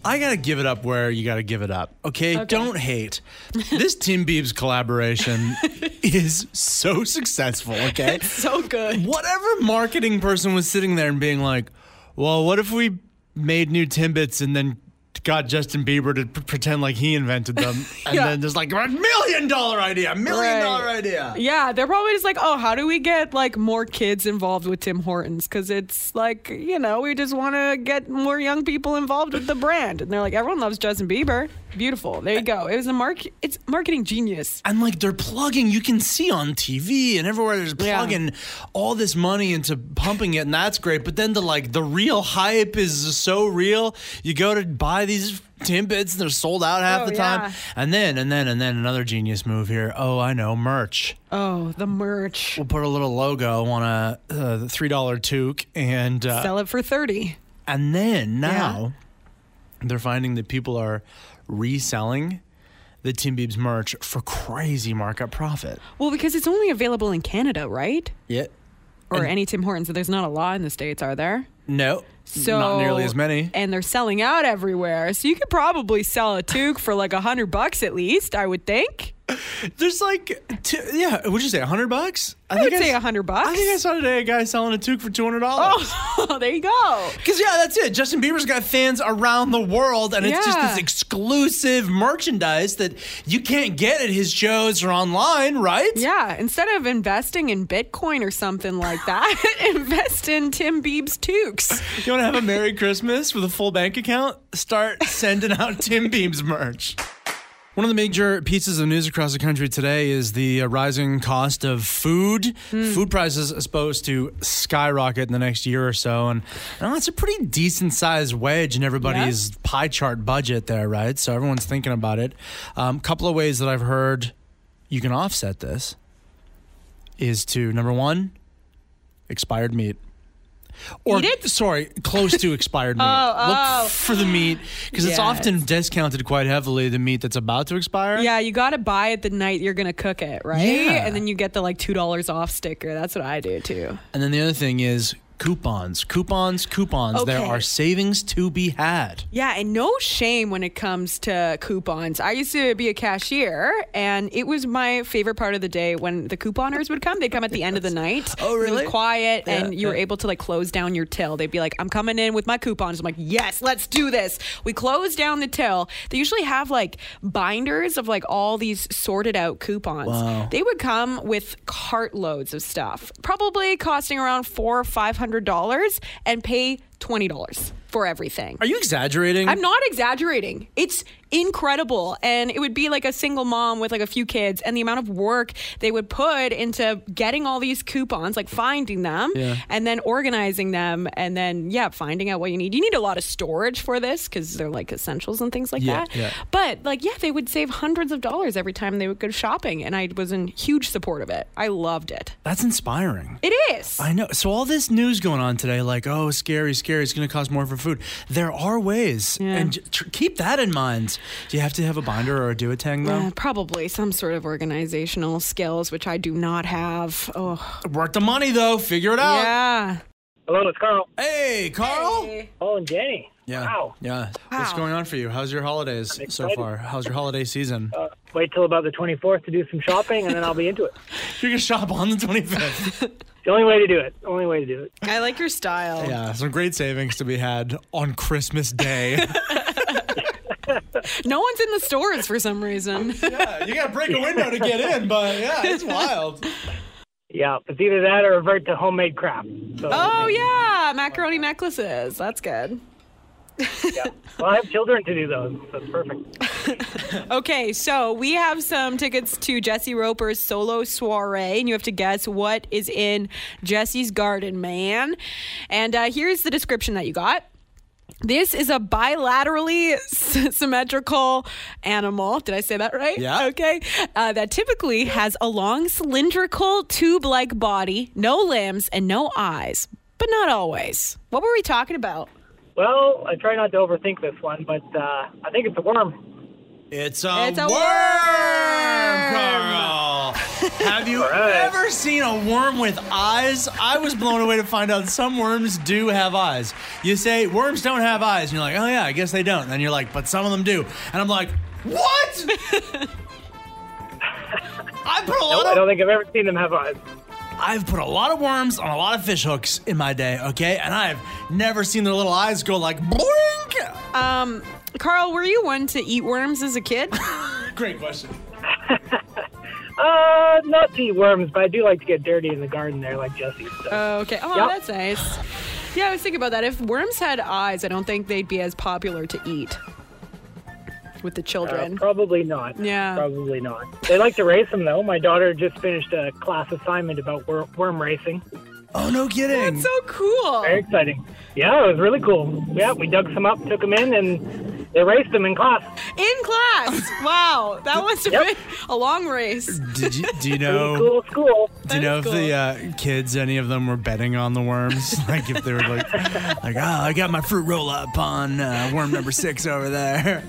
Speaker 1: I gotta give it up where you gotta give it up. Okay, don't hate. This Tim Biebs
Speaker 7: (laughs)
Speaker 1: collaboration is so successful. Okay,
Speaker 2: (laughs) So good.
Speaker 1: whatever marketing person was sitting there and being like, "Well, what if we made new Timbits and then got Justin Bieber to p- pretend like he invented
Speaker 2: (laughs)
Speaker 1: them?" And then there's like a million dollar idea, million
Speaker 2: Right.
Speaker 1: dollar idea.
Speaker 2: Yeah, they're probably just like, oh, how do we get like more kids involved with Tim Hortons? Because it's like, you know, we just want to get more young people involved with the brand. And they're like, everyone loves Justin Bieber. Beautiful. There you go. It was a mark. It's marketing genius.
Speaker 1: And like they're plugging, you can see on TV and everywhere they're plugging all this money into pumping it, and that's great. But then the like the real hype is so real. You go to buy these Timbits and they're sold out half
Speaker 2: Oh,
Speaker 1: the
Speaker 2: yeah.
Speaker 1: time. And then and then and then another genius move here. Oh, I know, merch.
Speaker 2: Oh, the merch.
Speaker 1: We'll put a little logo on a uh, three dollar toque, and uh,
Speaker 2: Sell it for 30.
Speaker 1: and then now they're finding that people are reselling the Tim Biebs merch for crazy markup profit.
Speaker 2: Well, because it's only available in Canada, right?
Speaker 1: Yeah.
Speaker 2: Or
Speaker 1: And-
Speaker 2: any Tim Hortons. There's not a lot in the States, are there?
Speaker 1: No.
Speaker 2: So
Speaker 1: not nearly as many.
Speaker 2: and they're selling out everywhere. So you could probably sell a toque for like a hundred bucks at least, I would think.
Speaker 1: (laughs) There's like, two, yeah, would you say hundred bucks? I,
Speaker 2: I would
Speaker 1: I,
Speaker 2: say a hundred bucks.
Speaker 1: I think
Speaker 2: (laughs)
Speaker 1: I saw today a guy selling a toque for two hundred dollars.
Speaker 2: Oh, there you go.
Speaker 1: Because yeah, that's it. Justin Bieber's got fans around the world, and it's just
Speaker 2: Yeah.
Speaker 1: this exclusive merchandise that you can't get at his shows or online, right?
Speaker 2: Yeah, instead of investing in Bitcoin or something like that, (laughs) invest in Tim Biebs toques.
Speaker 1: You want to have a Merry Christmas with a full bank account? Start sending out Tim Beams merch. One of the major pieces of news across the country today is the uh, rising cost of food. Food prices are supposed to skyrocket in the next year or so. And I know it's a pretty decent sized wedge in everybody's pie chart budget there, right? So everyone's thinking about it. A um, couple of ways that I've heard you can offset this is to number one, expired meat. Or sorry, close to
Speaker 2: (laughs)
Speaker 1: expired meat.
Speaker 2: Oh,
Speaker 1: Look for the meat because it's often discounted quite heavily. The meat that's about to expire.
Speaker 2: Yeah, you got to buy it the night you're going to cook it, right?
Speaker 1: Yeah.
Speaker 2: And then you get the like $2 off sticker. That's what I do too.
Speaker 1: And then the other thing is coupons, coupons, coupons. There
Speaker 2: Okay.
Speaker 1: are savings to be had.
Speaker 2: Yeah, and no shame when it comes to coupons. I used to be a cashier, and it was my favorite part of the day when the couponers would come. They'd come at the end of the night.
Speaker 1: Oh,
Speaker 2: It
Speaker 1: really?
Speaker 2: was quiet, and
Speaker 1: Yeah,
Speaker 2: you were
Speaker 1: yeah.
Speaker 2: able to like close down your till. They'd be like, "I'm coming in with my coupons." I'm like, "Yes, let's do this." We close down the till. They usually have like binders of like all these sorted out coupons. They would come with cartloads of stuff, probably costing around four or five hundred dollars, and pay twenty dollars for everything.
Speaker 1: Are you exaggerating?
Speaker 2: I'm not exaggerating. It's incredible. And it would be like a single mom with like a few kids and the amount of work they would put into getting all these coupons, like finding them
Speaker 1: Yeah.
Speaker 2: and then organizing them and then yeah, finding out what you need. You need a lot of storage for this cuz they're like essentials and things like
Speaker 1: Yeah,
Speaker 2: that.
Speaker 1: yeah.
Speaker 2: But like yeah, they would save hundreds of dollars every time they would go shopping and I was in huge support of it. I loved it.
Speaker 1: That's inspiring.
Speaker 2: It is.
Speaker 1: I know. So all this news going on today, like, oh, scary, scary. It's going to cost more for food. There are ways, and j- tr- keep that in mind. Do you have to have a binder or a duotang though?
Speaker 2: Uh, probably some sort of organizational skills which I do not have. Oh,
Speaker 1: Work the money though. Figure it out.
Speaker 2: yeah.
Speaker 9: Hello, it's Carl.
Speaker 1: Hey, Carl.
Speaker 9: Oh, and Jenny.
Speaker 1: Yeah.
Speaker 9: Wow.
Speaker 1: Yeah. What's going on for you? How's your holidays so
Speaker 9: excited. Uh,
Speaker 1: far? How's your holiday season?
Speaker 9: Wait till about the 24th to do some shopping, and then I'll be into it.
Speaker 1: You're gonna shop on the
Speaker 9: (laughs)
Speaker 1: 25th.
Speaker 9: The only way to do it. Only way to do it.
Speaker 2: I like your style.
Speaker 1: yeah, some great savings to be had on Christmas
Speaker 9: (laughs)
Speaker 1: Day. (laughs)
Speaker 2: No one's in the stores for some reason.
Speaker 1: yeah, you gotta break a window to get in, but yeah,
Speaker 9: (laughs)
Speaker 1: it's wild.
Speaker 9: Yeah, it's either that or revert to homemade crap. So,
Speaker 2: oh yeah, macaroni necklaces. That's good.
Speaker 9: well, I have children to do those. So it's perfect.
Speaker 2: Okay, so we have some tickets to Jesse Roper's solo soiree, and you have to guess what is in Jesse's garden, man. And uh, here's the description that you got. This is a bilaterally s- symmetrical animal. Did I say that right?
Speaker 1: Yeah.
Speaker 2: Okay. Uh, that typically has a long, cylindrical, tube like body, no limbs, and no eyes, but not always. What were we talking about?
Speaker 9: Well, I try not to overthink this one, but uh, I think it's a worm.
Speaker 1: It's a,
Speaker 2: It's a
Speaker 1: worm,
Speaker 2: worm. (laughs)
Speaker 1: Carl. Have you ever seen a worm with eyes? I was blown away to find out some worms do have eyes. You say worms don't have eyes, and you're like, oh yeah, I guess they don't. And then you're like, but some of them do. And I'm like, (laughs) what? I put a lot
Speaker 9: I
Speaker 1: of
Speaker 9: don't think I've ever seen them have eyes.
Speaker 1: I've put a lot of worms on a lot of fish hooks in my day, okay? And I've never seen their little eyes go like blink.
Speaker 2: Um, Carl, were you one to eat worms as a kid?
Speaker 1: Great question.
Speaker 9: Uh, not to eat worms, but I do like to get dirty in the garden there, like Jesse. So.
Speaker 2: Oh, okay. Oh,
Speaker 9: Yep.
Speaker 2: that's nice. Yeah, I was thinking about that. If worms had eyes, I don't think they'd be as popular to eat with the
Speaker 9: Uh,
Speaker 2: children.
Speaker 9: probably not.
Speaker 2: Yeah.
Speaker 9: Probably not. They like to race them, though. My daughter just finished a class assignment about wor- worm racing.
Speaker 1: Oh, no kidding.
Speaker 2: so cool.
Speaker 9: Very exciting. Yeah, it was really cool. Yeah, we dug some up, took them in, and they raced them in class.
Speaker 2: In class. Wow. That must have been (laughs) a long race.
Speaker 1: Did you, (laughs) do you know?
Speaker 9: Cool school.
Speaker 1: Do you know if the uh, kids, any of them, were betting on the worms? (laughs) like if they were like, like, oh, I got my fruit roll up on uh, worm number six over there.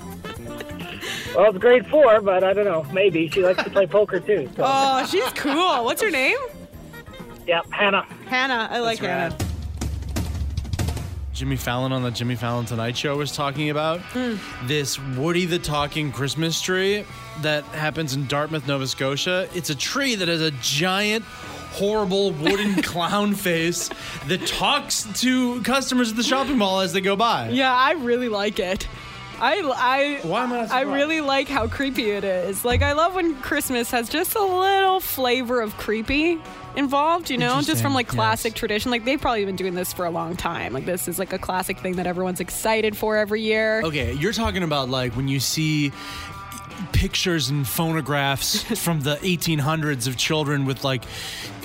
Speaker 9: Well, it's grade four, but I don't know. Maybe she likes to play poker too. So,
Speaker 2: Oh, she's cool. What's her name? Oh.
Speaker 9: yeah, Hannah.
Speaker 2: Hannah. I like Hannah.
Speaker 1: Jimmy Fallon on the Jimmy Fallon Tonight Show was talking about. This Woody the Talking Christmas tree that happens in Dartmouth, Nova Scotia. It's a tree that has a giant, horrible wooden (laughs) clown face that talks to customers at the shopping mall as they go by.
Speaker 2: Yeah, I really like it. I I
Speaker 5: Why am I not
Speaker 2: I
Speaker 5: surprised?
Speaker 2: really like how creepy it is. Like I love when Christmas has just a little flavor of creepy involved, you know, just
Speaker 1: Interesting,
Speaker 2: from like classic
Speaker 1: yes.
Speaker 2: tradition. Like they've probably been doing this for a long time. Like this is like a classic thing that everyone's excited for every year.
Speaker 5: Oh,
Speaker 1: Okay, you're talking about like when you see pictures and
Speaker 2: (laughs)
Speaker 1: phonographs from the 1800s of children with like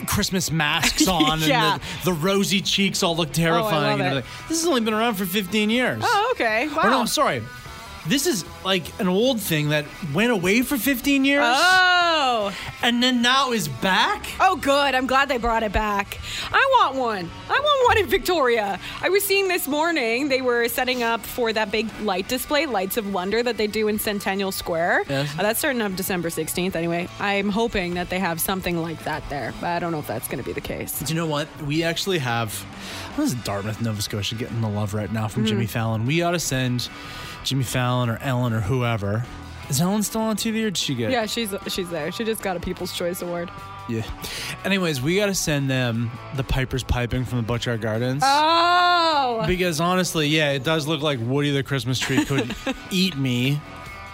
Speaker 1: Christmas
Speaker 2: (laughs)
Speaker 1: masks on
Speaker 2: Yeah. Oh,
Speaker 1: and the, the rosy cheeks all look
Speaker 2: love
Speaker 1: terrifying. and
Speaker 2: it.
Speaker 1: everything. This has only been around for 15 years.
Speaker 2: Oh, okay. Wow.
Speaker 1: Or no, I'm sorry. This is like an old thing that went away for 15 years
Speaker 2: Oh.
Speaker 1: and then now is back.
Speaker 2: Oh, good. I'm glad they brought it back. I want one. I want one in Victoria. I was seeing this morning they were setting up for that big light display, Lights of Wonder, that they do in Centennial Square.
Speaker 1: Yes.
Speaker 2: Uh, that's starting up December 16th, anyway. I'm hoping that they have something like that there, but I don't know if that's going to be the case.
Speaker 1: Do you know what? We actually have. What is Dartmouth, Nova Scotia getting the love right now from Jimmy Fallon? We ought to send Jimmy Fallon or Ellen or whoever. Is Ellen still on TV or did she get?
Speaker 2: Yeah, she's she's there. She just got a People's Choice Award.
Speaker 1: Yeah. Anyways, we got to send them the Piper's Piping from the Butchard Gardens.
Speaker 2: Ah. Oh.
Speaker 1: because honestly, yeah, it does look like Woody the Christmas tree could eat me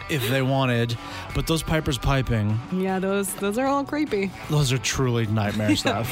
Speaker 1: if they wanted. But those Piper's Piping,
Speaker 2: Yeah, those those are all creepy.
Speaker 1: those are truly nightmare stuff.